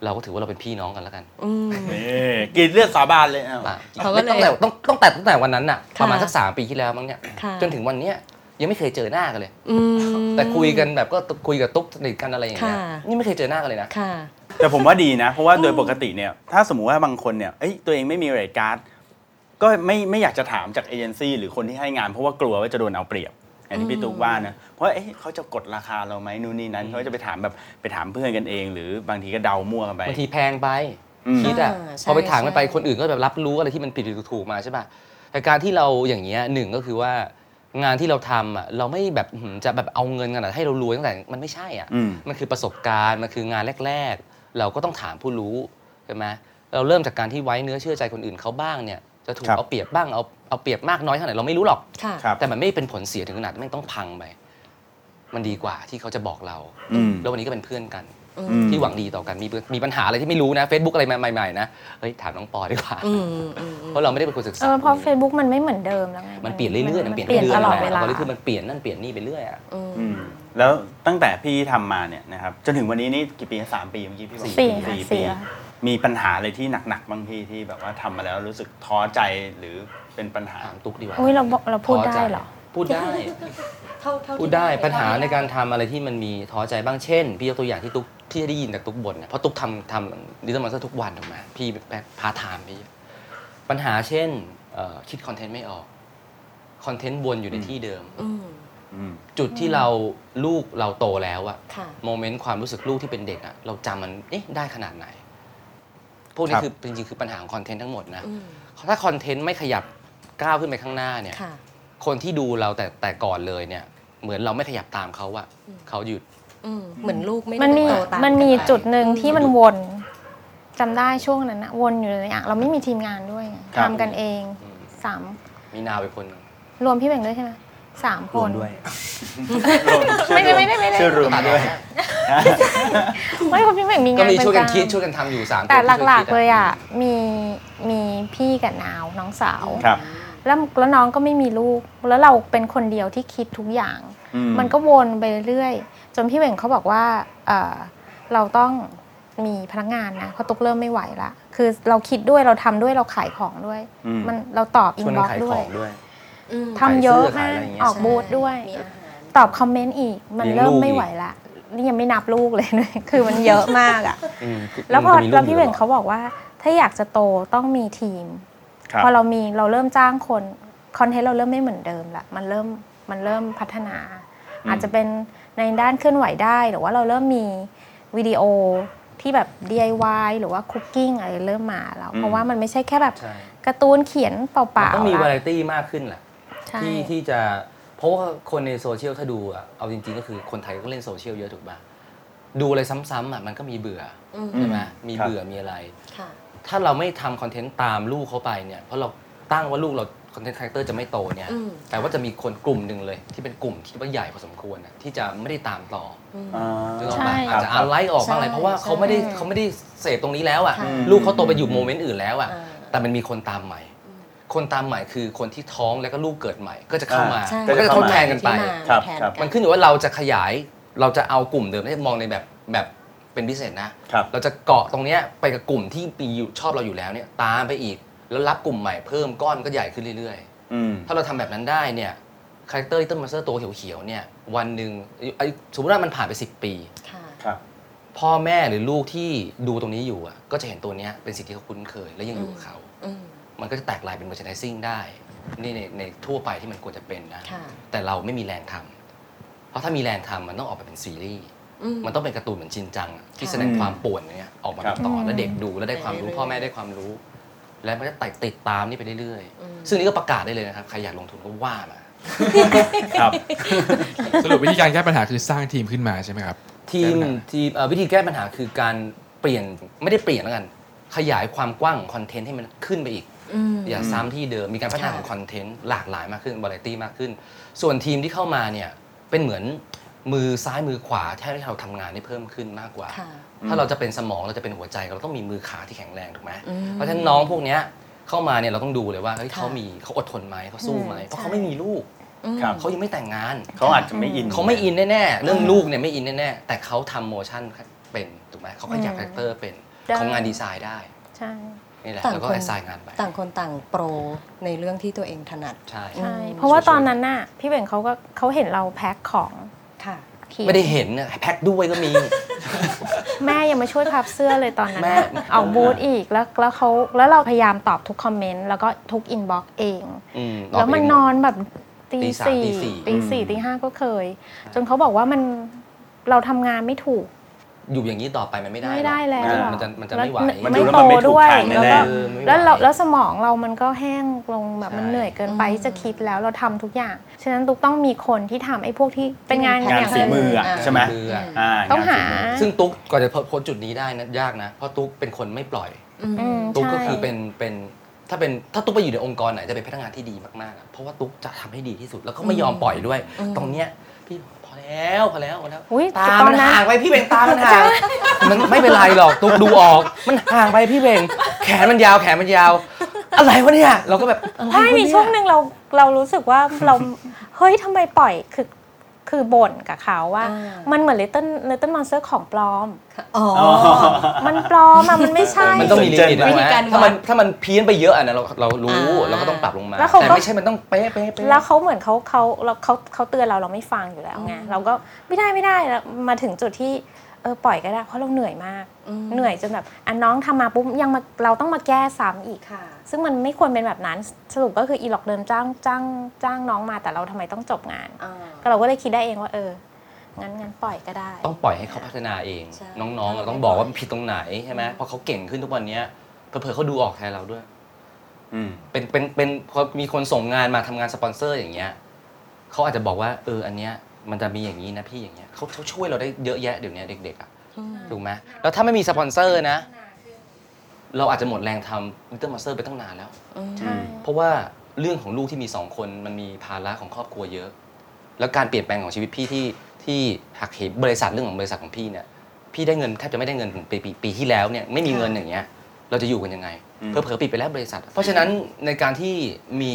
[SPEAKER 5] เราก็ถือว่าเราเป็นพี่น้องกันแล้วกัน
[SPEAKER 4] อืม
[SPEAKER 2] นี่กินเลือดสาบานเลยอ้าว
[SPEAKER 5] ป่ะ
[SPEAKER 4] เขาก็เลย
[SPEAKER 5] ตั้งแต่ต้องตั้งแต่ตั้งแต่วันนั้นอ่ะ
[SPEAKER 4] ค่ะ
[SPEAKER 5] ประมาณสักสามปีที่แล้วมั้งเนี่ย
[SPEAKER 4] ค่ะ
[SPEAKER 5] จนถึงวันเนี้ยยังไม่เคยเจอหน้ากันเลย
[SPEAKER 4] อืม
[SPEAKER 5] แต่คุยกันแบบก็คุยกับตุ๊กสนิทกันอะไรอย่างเงี้ย
[SPEAKER 4] ค่ะ
[SPEAKER 5] นี่ไม่เคยเจอหน้ากันเลยนะ
[SPEAKER 4] ค่ะ
[SPEAKER 2] แต่ผมว่าดีนะ เพราะว่าโดยปกติเนี่ยถ้าสมมุติว่าบางคนเนี่ยเอ้ยตัวเองไม่มีเรทการ์ดก็ไม่ไม่อยากจะถามจากเอเจนซี่หรือคนที่ให้งานเพราะว่ากลัวว่าจะโดนเอาเปรียบอย่างที่พี่ตุ๊กว่านะเพราะเอ้ยเขาจะกดราคาเราไหมนู่นนี่นั้นเขาจะไปถามแบบไปถามเพื่อนกันเอง หรือบางทีก็เดามั่วกันไป
[SPEAKER 5] บางทีแพงไป
[SPEAKER 2] อืม
[SPEAKER 5] คิดอ่ะ
[SPEAKER 4] อ่าใช่
[SPEAKER 5] พอไปถามกันไป
[SPEAKER 4] ใช่
[SPEAKER 5] คนอื่นก็แบบรับรู้อะไรที่มันผิดถูกถูกมาใช่ป่ะแต่การที่เราอย่างเงี้ยหนึ่งก็คือว่างานที่เราทำอ่ะเราไม่แบบหืมจะแบบเอาเงินกันอะให้เรารวยตั้งแต่มันไม่ใช่อ่ะ
[SPEAKER 2] อืม
[SPEAKER 5] มันคือประสบการณ์ มันคืองานแรก ๆ เราก็ต้องถามผู้รู้ใช่ไหมเราเริ่มจากการที่ไว้เนื้อเชื่อใจคนอื่นเขาบ้างเนี่ยจะถูก
[SPEAKER 2] ครับ
[SPEAKER 5] เอาเปรียบบ้างเอาเอาเปรียบมากน้อยเท่าไหร่เราไม่รู้หรอก
[SPEAKER 4] ค่ะ
[SPEAKER 2] ครับ
[SPEAKER 5] แต่มันไม่เป็นผลเสียถึงขนาดไม่ต้องพังไปมันดีกว่าที่เขาจะบอกเรา
[SPEAKER 2] อืม
[SPEAKER 5] แล้ววันนี้ก็เป็นเพื่อนกัน
[SPEAKER 2] อืม
[SPEAKER 5] ที่หวังดีต่อกันมีมีปัญหาอะไรที่ไม่รู้นะ Facebook อะไรมาใหม่ๆนะเฮ้ยถามน้องปอดีกว่า
[SPEAKER 4] อืมอืมอืม
[SPEAKER 5] เพราะเราไม่ได้เป็นคนศึกษา
[SPEAKER 6] เออเพราะ Facebook มันไม่เหมือนเดิมแล้วไง
[SPEAKER 5] มันเปลี่ยนเรื่อยๆมันเปลี่ยน
[SPEAKER 6] เปลี่ยน
[SPEAKER 5] รื่
[SPEAKER 6] ต
[SPEAKER 5] ๆ
[SPEAKER 6] ลอดเวลา
[SPEAKER 5] อัลกอริทึมมันเปลี่ยนนั่นเปลี่ยนนี่ไปเรื่อยอะ
[SPEAKER 4] อืม
[SPEAKER 2] อืมแล้วตั้งแต่พี่ทำมาเนี่ยนะครับจนถึงวันนี้นี่กี่ปีสามปีเมื่อกี้พี่บอก
[SPEAKER 6] สี่ค่ะสี่
[SPEAKER 2] ปี
[SPEAKER 6] ค่ะ
[SPEAKER 2] มีปัญหาอะไรที่หนักๆบ้างพี่ที่แบบว่าทำมาแล้วรู้สึกท้อใจหรือเป็นปัญหา
[SPEAKER 5] ถามตุ๊กดีกว่า
[SPEAKER 6] อุ๊ยเราบอกเราพูด
[SPEAKER 5] ท้ใจ
[SPEAKER 6] ได้เหรอ
[SPEAKER 5] พูดได้
[SPEAKER 4] เท่าเท่าที่
[SPEAKER 5] พูดได้ปัญหาในการ
[SPEAKER 4] เท่
[SPEAKER 5] ทำอะไรที่มันมีท้อใจบ้างเช่น พี่ยกตัวอย่างที่ตุ๊กที่ได้ยินจากตุ๊กบ่นเนี่ยเพราะตุ๊กทำทำดิจิทัลมอนสเตอร์ทุกวันถูกไหมพี่แบบพาร์ทไทม์พี่ปัญหาเช่นเอ่อคิดคอนเทนต์ไม่ออกคอนเทนต์วนอยู่ใน
[SPEAKER 2] อืม
[SPEAKER 5] ที่เดิม
[SPEAKER 4] อืม
[SPEAKER 2] อืม
[SPEAKER 5] จุดที่เราลูกเราโตแล้วอะ
[SPEAKER 4] ค่ะ
[SPEAKER 5] โมเมนต์ความรู้สึกลูกที่เป็นเด็กอะเราจำมันเอ๊ะได้ขนาดไหน พวกนี้
[SPEAKER 2] ครับ
[SPEAKER 5] คือจริงๆคือปัญหาของคอนเทนต์ทั้งหมดนะ
[SPEAKER 4] อืม
[SPEAKER 5] ถ้าคอนเทนต์ไม่ขยับก้าวขึ้นไปข้างหน้าเนี่ย
[SPEAKER 4] ค่ะ
[SPEAKER 5] คนที่ดูเราแต่แต่ก่อนเลยเนี่ย เหมือนเราไม่ขยับตามเขาอะเขาหยุด
[SPEAKER 4] อืมเหมือนลูกไม่ได้
[SPEAKER 6] มันมี
[SPEAKER 4] โตตา
[SPEAKER 6] มันมี
[SPEAKER 4] กัไป
[SPEAKER 6] จุดหนึ่งที่มันวนจำได้ช่วงนั้นนะวนอยู่ในอย่างเราไม่มีทีมงานด้วยไง
[SPEAKER 2] ครับ
[SPEAKER 6] ทำกันเอง
[SPEAKER 5] อืม
[SPEAKER 6] สาม
[SPEAKER 5] มีนาวไปคนหนึ่ง
[SPEAKER 6] รวมพี่เบ่งด้วยใช่ไหมสามคน
[SPEAKER 2] ไม่ได้ไม่ได้ชื่อรวม
[SPEAKER 5] ตัด
[SPEAKER 2] ด้วย
[SPEAKER 6] ไม่คุณพี่เบ่งมีงาน
[SPEAKER 5] ก็มี
[SPEAKER 6] เป็น
[SPEAKER 5] ช่วยกันคิด
[SPEAKER 6] กลาง
[SPEAKER 5] ช่วยกันทำอยู่สามคน
[SPEAKER 6] แต่หลัก
[SPEAKER 5] ช่ว
[SPEAKER 6] ๆเล
[SPEAKER 5] คิด
[SPEAKER 6] ยอ่ะมีมีพี่กับนาวน้องสาว
[SPEAKER 2] ครับ
[SPEAKER 6] แล้วแล้วน้องก็ไม่มีลูก แล้วเราเป็นคนเดียวที่คิดทุกอย่าง
[SPEAKER 2] อื
[SPEAKER 6] มันก็วนไปเรื่อยๆ จนพี่เหว่งเขาบอกว่าเอ่อเราต้องมีพนักงานนะเพราะตุกเริ่มไม่ไหวละคือเราคิดด้วยเราทำด้วยเราขายของด้วย
[SPEAKER 2] อืม
[SPEAKER 6] มันเราตอบอิ
[SPEAKER 5] ช
[SPEAKER 6] น
[SPEAKER 5] วน
[SPEAKER 6] บ็
[SPEAKER 5] กัขาย
[SPEAKER 6] อน กด้
[SPEAKER 5] ข
[SPEAKER 6] วย
[SPEAKER 5] องด้วย
[SPEAKER 4] อืม
[SPEAKER 6] ทำเยอะ
[SPEAKER 5] ขาม
[SPEAKER 6] าย
[SPEAKER 5] เสื้อขาย
[SPEAKER 6] ก
[SPEAKER 5] อะไรอย่างเงี้ย
[SPEAKER 6] ออกบูธด้วย
[SPEAKER 4] มีอาหาร
[SPEAKER 6] ตอบคอมเมนต์อีก มันเริ่มไม่ไหวละนี่ยังไม่นับลูกเลย นะ คือมันเยอะมากอ่ะ
[SPEAKER 5] อืม
[SPEAKER 6] แล้วพอ
[SPEAKER 5] มันก็มี
[SPEAKER 6] แล้วพี่เห
[SPEAKER 5] รื่อ
[SPEAKER 6] ว่ง
[SPEAKER 5] อยู่
[SPEAKER 6] เขาบอกว่า ถ้าอยากจะโตต้องมีทีม
[SPEAKER 2] ครับ
[SPEAKER 6] พอเรามีเราเริ่มจ้างคนคอนเทนต์เราเริ่มไม่เหมือนเดิมละมันเริ่มมันเริ่มพัฒนา อาจจะเป็นในด้านเคลื่อนไหวได้หรือว่าเราเริ่มมีวิดีโอที่แบบ DIY หรือว่าคุกกิ้งอะไรเริ่มมาแล้ว
[SPEAKER 2] อืม
[SPEAKER 6] เพราะว่ามันไม่ใช่แค่แบบ
[SPEAKER 5] ใช่
[SPEAKER 6] การ์ตูนเขียนเปล่า
[SPEAKER 5] ต้อง
[SPEAKER 6] ๆ
[SPEAKER 5] มีวา
[SPEAKER 6] ละ
[SPEAKER 5] ไรตี้มากขึ้นแหละ
[SPEAKER 6] ใช่
[SPEAKER 5] ที่ที่จะเพราะว่าคนในโซเชียลถ้าดูอะเอาจริงๆ ก็คือคนไทยก็เล่นโซเชียลเยอะถูกป่ะดูอะไรซ้ำๆอ่ะมันก็มีเบื่อ
[SPEAKER 4] อืม
[SPEAKER 5] ใช่ไหมมี
[SPEAKER 2] ครับ
[SPEAKER 5] เบื่อมีอะไร
[SPEAKER 4] ค่ะ
[SPEAKER 5] ถ้าเราไม่ทำคอนเทนต์ตามลูกเขาไปเนี่ยเพราะเราตั้งว่าลูกเราคอนเทนต์คาแรคเตอร์จะไม่โตเนี่ย
[SPEAKER 4] อืม
[SPEAKER 5] แต่ว่าจะมีคนกลุ่มหนึ่งเลย ที่เป็นกลุ่มที่ว่าใหญ่พอสมควรนะที่จะไม่ได้ตามต่อ
[SPEAKER 4] อืม
[SPEAKER 2] อ่า
[SPEAKER 5] นึกออกปะอาจจะอันไลค์ออกบ้างอะไรเพราะว่า
[SPEAKER 4] ใช่
[SPEAKER 5] เขาไม่ได้
[SPEAKER 4] ใช่
[SPEAKER 5] เขาไม่ได้เสพตรงนี้แล้วอ่ะ
[SPEAKER 4] ค่ะ
[SPEAKER 5] ลูกเขาโตไปอยู่โมเมนต์อื่นแล้วอ่ะ
[SPEAKER 4] อ่า
[SPEAKER 5] แต่มันมีคนตามใหม่ คนตามใหม่คือคนที่ท้องแล้วก็ลูกเกิดใหม่ ก็จะเข้ามา
[SPEAKER 4] ใช่
[SPEAKER 5] มันก็จะทดแทนกันไป
[SPEAKER 4] ที่มา
[SPEAKER 2] ครับ
[SPEAKER 4] แทน
[SPEAKER 2] ครับ
[SPEAKER 4] กั
[SPEAKER 5] มันขึ้นอยู่ว่าเราจะขยายเราจะเอากลุ่มเดิมให้มองในแบบแบบเป็นพิเศษนะ
[SPEAKER 2] ครับ
[SPEAKER 5] เราจะเกาะตรงเนี้ยไปกับกลุ่มที่มีอยู่ชอบเราอยู่แล้วเนี่ยตามไปอีก แล้วรับกลุ่มใหม่เพิ่มก้อนก็ใหญ่ขึ้นเรื่อย
[SPEAKER 2] อืม
[SPEAKER 5] ๆ ถ้าเราทำแบบนั้นได้เนี่ยคาแรคเตอร์ที่ต้นมาสเตอร์ตัวเขียวๆเนี่ยวันหนึ่งไอ้สมมติว่ามันผ่านไป 10 ปี
[SPEAKER 4] ค่ะ
[SPEAKER 2] ครับ
[SPEAKER 5] พ่อแม่หรือลูกที่ดูตรงนี้อยู่อะก็จะเห็นตัวเนี้ยเป็นสิ่งที่เขาคุ้นเคยและยังอยู่กับเขา
[SPEAKER 4] อืม
[SPEAKER 5] มันก็จะแตกลายเป็น merchandising ได้ นี่ในในทั่วไปที่มันควรจะเป็นนะ
[SPEAKER 4] ค่ะ
[SPEAKER 5] แต่เราไม่มีแรงทำเพราะถ้ามีแรงทำมันต้องออกมาเป็นซีรีส์
[SPEAKER 4] อืม
[SPEAKER 5] มันต้องเป็นการ์ตูนเหมือนชินจังอะที่
[SPEAKER 4] ค่ะ
[SPEAKER 5] แสดงความป่วนเนี่ยออกมา
[SPEAKER 2] ครับ
[SPEAKER 5] เป็นตอน
[SPEAKER 6] อืม
[SPEAKER 5] แล้วเด็กดูแล้วได้ความรู้
[SPEAKER 4] ไปเรื่อยๆ
[SPEAKER 5] พ่อแม่ได้ความรู้ แล้วมันก็ไต่ติดตามนี่ไปเรื่อย
[SPEAKER 4] อืม
[SPEAKER 5] ๆ ซึ่งนี่ก็ประกาศได้เลยนะครับ ใครอยากลงทุนก็ว่ามา
[SPEAKER 2] ครับ
[SPEAKER 3] สรุปวิธีการแก้ปัญหาคือสร้างทีมขึ้นมาใช่ไหมครับ
[SPEAKER 5] ทีม
[SPEAKER 3] แก้ปัญหา
[SPEAKER 5] ทีมเอ่อวิธีแก้ปัญหาคือการเปลี่ยนไม่ได้เปลี่ยนแล้วกัน ขยายความกว้างของคอนเทนต์ให้มันขึ้นไปอีก
[SPEAKER 4] อืม
[SPEAKER 5] อย่าซ้ำที่เดิมมีการพัฒนาของคอนเทนต์หลากหลายมากขึ้นวาไรตี้มากขึ้น ส่วนทีมที่เข้ามาเนี่ยเป็นเหมือนมือซ้ายมือขวาแทนที่เราทำงานได้เพิ่มขึ้นมากกว่า
[SPEAKER 4] ค่ะ
[SPEAKER 5] ถ้าเราจะเป็นสมองเราจะเป็นหัวใจเราต้องมีมือขาที่แข็งแรงถูกไหม
[SPEAKER 4] อืม
[SPEAKER 5] เพราะฉะนั้นน้องพวกเนี้ยเข้ามาเนี่ยเราต้องดูเลยว่าเฮ้ย
[SPEAKER 4] ค่ะ
[SPEAKER 5] เขามีเขาอดทนไหมเขาสู้ไหม
[SPEAKER 4] อืม
[SPEAKER 5] เพราะ
[SPEAKER 4] ใช่
[SPEAKER 5] เขาไม่มีลูก
[SPEAKER 4] อืม
[SPEAKER 2] ครับ
[SPEAKER 5] เขายังไม่แต่งงาน
[SPEAKER 2] เขาอาจจะไม่อิน
[SPEAKER 5] เขาไม่อินแน่ๆ เรื่องลูกเนี่ยไม่อินแน่ๆ แต่เขาทำโมชั่นเป็นถูกไหมเขาก็อยาก
[SPEAKER 6] อืม
[SPEAKER 5] คาแรคเตอร์เป็น
[SPEAKER 6] ได้
[SPEAKER 5] ทำงานดีไซน์ได้
[SPEAKER 6] ใช่
[SPEAKER 5] นี่แหละ
[SPEAKER 4] ต่าง
[SPEAKER 5] แล้วก็
[SPEAKER 4] คน
[SPEAKER 5] แอสไซน์งานไป
[SPEAKER 4] ต่างคนต่างโปรในเรื่องที่ตัวเองถนัด
[SPEAKER 5] ใช่
[SPEAKER 6] ใช่
[SPEAKER 4] อืม
[SPEAKER 6] เพราะว่าตอนนั้นน่ะพี่เบ่งเขาก็เขาเห็นเราแพ็คของ
[SPEAKER 4] ค่ะ
[SPEAKER 6] เขียน
[SPEAKER 5] ไม่ได้เห็นนะแพ็คด้วยก็มี
[SPEAKER 6] แม่ยังมาช่วยพับเสื้อเลยตอนนั้น
[SPEAKER 5] แม่
[SPEAKER 6] น่ะออกบูธอีกแล้วแล้วเขาแล้วเราพยายามตอบทุกคอมเมนต์แล้วก็ทุกอินบ็อกซ์เอง
[SPEAKER 5] อื
[SPEAKER 6] แล้วมัน
[SPEAKER 5] กไป
[SPEAKER 6] น
[SPEAKER 5] เง
[SPEAKER 6] อนแบบตี
[SPEAKER 5] ตีสาม
[SPEAKER 6] สี่
[SPEAKER 5] ตี
[SPEAKER 2] อื
[SPEAKER 5] สี่
[SPEAKER 6] ตีสี่
[SPEAKER 2] ม
[SPEAKER 6] ตีห้าก็เคย จนเขาบอกว่ามันเราทำงานไม่ถูก
[SPEAKER 5] อยู่อย่างนี้ต่อไปมันไม่ได้
[SPEAKER 6] ไม่ได้แล้ว
[SPEAKER 5] หรอก
[SPEAKER 6] หรอ
[SPEAKER 5] มันจะมันจะไม่ไหว
[SPEAKER 2] มันดูแล้
[SPEAKER 6] ไม่
[SPEAKER 2] ว
[SPEAKER 6] โต
[SPEAKER 2] มันไม่ถูก
[SPEAKER 6] ด้วย
[SPEAKER 2] ทาง
[SPEAKER 6] แล้ว
[SPEAKER 2] แน่
[SPEAKER 5] ๆ
[SPEAKER 6] ก็
[SPEAKER 5] เออไม่ไหว
[SPEAKER 6] แล้วเราแล้วสมองเรามันก็แห้งลงแบบ
[SPEAKER 5] ใช่
[SPEAKER 6] มันเหนื่อยเกินไป
[SPEAKER 4] อืม
[SPEAKER 6] ที่จะคิดแล้วเราทำทุกอย่าง ฉะนั้นตุ๊กต้องมีคนที่ทำไอ้พวกที่เป็นงาน
[SPEAKER 2] งาน
[SPEAKER 6] อย่าง
[SPEAKER 2] ฝีมืออะ
[SPEAKER 4] อ่า
[SPEAKER 2] ใช่ไหม
[SPEAKER 5] มืออะ
[SPEAKER 2] อ่
[SPEAKER 6] ต้
[SPEAKER 2] ง
[SPEAKER 6] อง
[SPEAKER 2] นฝี
[SPEAKER 6] หา
[SPEAKER 2] มือ
[SPEAKER 5] ซึ่งตุ๊กกว่อนจะพ้นจุดนี้ได้นะยากนะ เพราะตุ๊กเป็นคนไม่ปล่อย
[SPEAKER 4] อืม
[SPEAKER 6] อืม
[SPEAKER 5] ตุ๊ก
[SPEAKER 6] ใช่
[SPEAKER 5] ก็คือเป็นเป็นถ้าเป็นถ้าตุ๊กไปอยู่ในองค์กรไหนจะเป็นพนักงานที่ดีมากๆอะเพราะว่าตุ๊กจะทำให้ดีที่สุดแล้วก็ไม่ยอมปล่อยด้วย
[SPEAKER 4] อืม
[SPEAKER 5] ตรงเนี้ยพี่พอแล้วพอแล้วพอแล้ว
[SPEAKER 6] อุ้ย
[SPEAKER 5] ตา
[SPEAKER 6] ตอ
[SPEAKER 5] มัน น
[SPEAKER 6] นั้น
[SPEAKER 5] ห่างไปพี่เบงตามันห่างมันไม่เป็นไรหรอกตุ๊กดูออก มันห่างไปพี่เบงแขนมันยาวแขนมันยาว อะไรวะเนี่ยเราก็แบบอะไร
[SPEAKER 6] ใช่
[SPEAKER 5] วะ
[SPEAKER 6] มี
[SPEAKER 5] เนี่ย
[SPEAKER 6] ช่วงหนึ่งเราเรารู้สึกว่าเรา เฮ้ยทำไมปล่อยคือคือบ่นกับเขาว่า
[SPEAKER 4] อ่ามั
[SPEAKER 6] มันเหมือนเลตเติ้ลเลตเติ้ลมอนเตอร์ของปลอม
[SPEAKER 4] อ๋อ
[SPEAKER 6] มันปลอมอะมันไม่ใช่
[SPEAKER 5] มันต้องมีลิมิต
[SPEAKER 2] วิธี
[SPEAKER 5] นะ
[SPEAKER 4] การวัด
[SPEAKER 5] ถ้ามันถ้ามันเพี้ยนไปเยอะอ่ะนะเราเรารู้
[SPEAKER 4] อ่า
[SPEAKER 5] เราก็ต้องปรับลงมา
[SPEAKER 6] แล้วเขาก็
[SPEAKER 5] แต่ไม่ใช่มันต้องเป๊ะเป๊ะเป๊ะ
[SPEAKER 6] แล้วเขาเหมือนเขาเขาเราเขาเขาเตือนเราเราไม่ฟังอยู่แล้วไง
[SPEAKER 4] อืม
[SPEAKER 6] เราก็ไม่ได้ไม่ได้แล้วมาถึงจุดที่เออปล่อยก็ได้เพราะเราเหนื่อยมาก
[SPEAKER 4] ม
[SPEAKER 6] เหนื่อยจนแบบอันน้องทำมาปุ๊บยังมาเราต้องมาแก้ซ้ำอีก
[SPEAKER 4] ค่ะ
[SPEAKER 6] ซึ่งมันไม่ควรเป็นแบบนั้นสรุปก็คืออีหลอกเดิมจ้างจ้างจ้างน้องมาแต่เราทำไมต้องจบงาน
[SPEAKER 4] อ่า
[SPEAKER 6] ก็เราก็เลยคิดได้เองว่าเอองั้นงั้นปล่อยก็ได้
[SPEAKER 5] ต้องปล่อยให้เขาพัฒนาเอง
[SPEAKER 4] ใช่
[SPEAKER 5] น้องๆเรา
[SPEAKER 4] ต้
[SPEAKER 5] ต้
[SPEAKER 4] อ
[SPEAKER 5] อง ง
[SPEAKER 4] บบอ
[SPEAKER 5] อก กว่าผิดตรงไหนใช่ไหม
[SPEAKER 4] อืม
[SPEAKER 5] เพราะเขาเก่งขึ้นทุกวันเนี้ยเผลอๆเขาดูออกแทนเราด้วย
[SPEAKER 2] อืม
[SPEAKER 5] เป็นเป็นเป็นพอมีคนส่งงานมาทำงานสปอนเซอร์อย่างเงี้ยเขาอาจจะบอกว่าเอออันเนี้ยมันจะมีอย่างนี้นะพี่อย่างเงี้ยเขาเขาช่วยเราได้เยอะแยะเดี๋ยวเนี้ยเด็กๆอ่ะ
[SPEAKER 4] อืม
[SPEAKER 5] ถูกไหมแล้วถ้าไม่มีสปอนเซอร์นะ เราอาจจะหมดแรงทำลิตเติ้ลมาสเตอร์ไปตั้งนานแล้ว
[SPEAKER 6] ใช่
[SPEAKER 5] เพราะว่าเรื่องของลูกที่มีสองคนมันมีภาระของครอบครัวเยอะ แล้วการเปลี่ยนแปลงของชีวิตพี่ที่ที่หักเหบริษัทเรื่องของบริษัทของพี่เนี่ยพี่ได้เงินแทบจะไม่ได้เงินปีปีปีที่แล้วเนี่ยไม่มีเงินอย่างเงี้ยเราจะอยู่กันยังไง
[SPEAKER 2] อืม
[SPEAKER 5] เพอเพอๆปิดไปแล้วบริษัท เพราะฉะนั้นในการที่มี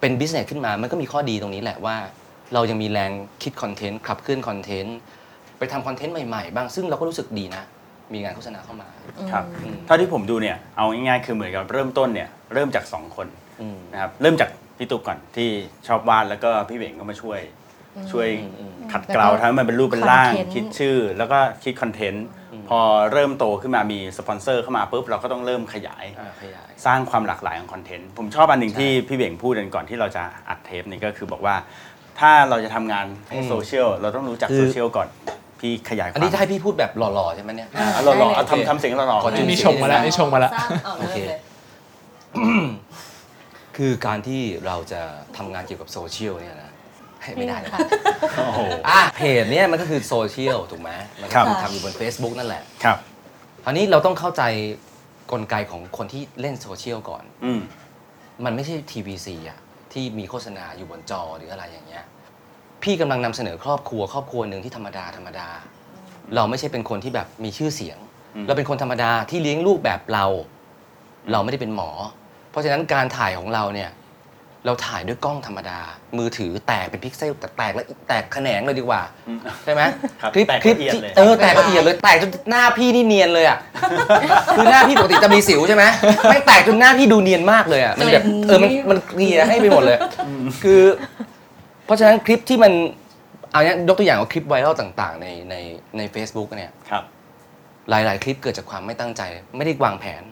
[SPEAKER 5] เป็นบิสเนสขึ้นมามันก็มีข้อดีตรงนี้แหละว่า เรายังมีแรงคิดคอนเทนต์ขับเคลื่อนคอนเทนต์ไปทำคอนเทนต์ใหม่ๆบ้างซึ่งเราก็รู้สึกดีนะ มีงานโฆษณาเข้ามา
[SPEAKER 2] ครับ
[SPEAKER 5] อืม
[SPEAKER 2] เท่าที่ผมดูเนี่ยเอาง่ายๆคือเหมือนกับเริ่มต้นเนี่ยเริ่มจากสองคน
[SPEAKER 5] อืม
[SPEAKER 2] นะครับเริ่มจากพี่ตุ๊กก่อนที่ชอบวาดแล้วก็พี่เบ่งก็มาช่วย ช่วย
[SPEAKER 5] อืมอืม
[SPEAKER 2] ขัดเกลา
[SPEAKER 4] แล้วก็
[SPEAKER 2] ทำให้มันเป็นรูปเป็นร่าง
[SPEAKER 4] คอนเทนต์
[SPEAKER 2] คิดชื่อ แล้วก็คิดคอนเทนต์
[SPEAKER 5] อืม
[SPEAKER 2] พอเริ่มโตขึ้นมามีสปอนเซอร์เข้ามาปุ๊บเราก็ต้องเริ่มขยาย
[SPEAKER 5] อ่าขยาย
[SPEAKER 2] สร้างความหลากหลายของคอนเทนต์ ผมชอบอันหนึ่ง
[SPEAKER 5] ใช่
[SPEAKER 2] ที่พี่เบ่งพูดกันก่อนที่เราจะอัดเทปนี่ก็คือบอกว่า ถ้าเราจะทำงานให้
[SPEAKER 5] อืม
[SPEAKER 2] โซเชียลเราต้องรู้จัก
[SPEAKER 5] คือ
[SPEAKER 2] โซเชียลก่อน พี่ขยายควา
[SPEAKER 5] อัน
[SPEAKER 2] ม
[SPEAKER 5] นี้จะให้พี่พูดแบบหล่อๆใช่ไหมเนี่ย
[SPEAKER 2] อ่ะเอาหล่อๆเอา
[SPEAKER 5] ได้เลย
[SPEAKER 2] ทำทำเสียงหล่อๆ
[SPEAKER 5] ขอจิ้
[SPEAKER 3] นี่ชมมาแล้วนี่ชมมาแล้ว
[SPEAKER 4] สร้เอา
[SPEAKER 5] โอเค
[SPEAKER 4] เริ่มเลย
[SPEAKER 5] คือการที่เราจะทำงานเกี่ยวกับโซเชียลเนี่ยนะให้ไม่ได้นะ
[SPEAKER 2] โอ้โห
[SPEAKER 5] อ่ะเพจเนี่ยมันก็คือโซเชียลถูกไหมมัน
[SPEAKER 2] ครั
[SPEAKER 5] ก็
[SPEAKER 2] บ
[SPEAKER 5] คือทำอยู่บน Facebook นั่นแหละ
[SPEAKER 2] ครับ
[SPEAKER 5] คราวนี้เราต้องเข้าใจกลไกของคนที่เล่นโซเชียลก่อน
[SPEAKER 2] อืม
[SPEAKER 5] มันไม่ใช่ทีวีซีอะที่มีโฆษณาอยู่บนจอหรืออะไรอย่างเงี้ยพี่กำลังนำเสนอครอบครัว ครอบครัวหนึ่งที่ธรรมดาธรรมดา เราไม่ใช่เป็นคนที่แบบมีชื่อเสียง
[SPEAKER 2] อืม
[SPEAKER 5] เราเป็นคนธรรมดาที่เลี้ยงลูกแบบเรา เราไม่ได้เป็นหมอ เพราะฉะนั้นการถ่ายของเราเนี่ย เราถ่ายด้วยกล้องธรรมดา มือถือแตกเป็นพิกเซลแต่แตกแล้วแตกแขนงเลยดีกว่า
[SPEAKER 2] อืม
[SPEAKER 5] ใช่ไหม
[SPEAKER 2] ครับ
[SPEAKER 5] คลิป
[SPEAKER 2] แตก
[SPEAKER 5] คลิป
[SPEAKER 2] ละเอียด
[SPEAKER 5] ที่
[SPEAKER 2] เลย
[SPEAKER 5] เออแตกละเอียดเลยแตกจนหน้าพี่นี่เนียนเลยอ่ะ คือหน้าพี่ปกติจะมีสิวใช่ไหมไม่แตกจนหน้าพี่ดูเนียนมากเลยอ่ะมันแบบเออมันมันเกลียให้ไปหมดเลย คือ เพราะฉะนั้นคลิปที่มันเอาเนี้ยยกตัวอย่างว่าคลิปไวรัลต่าง ๆ ในในใน Facebook เนี่ย
[SPEAKER 2] ครับ
[SPEAKER 5] หลาย ๆ คลิปเกิดจากความไม่ตั้งใจ ไม่ได้วางแผน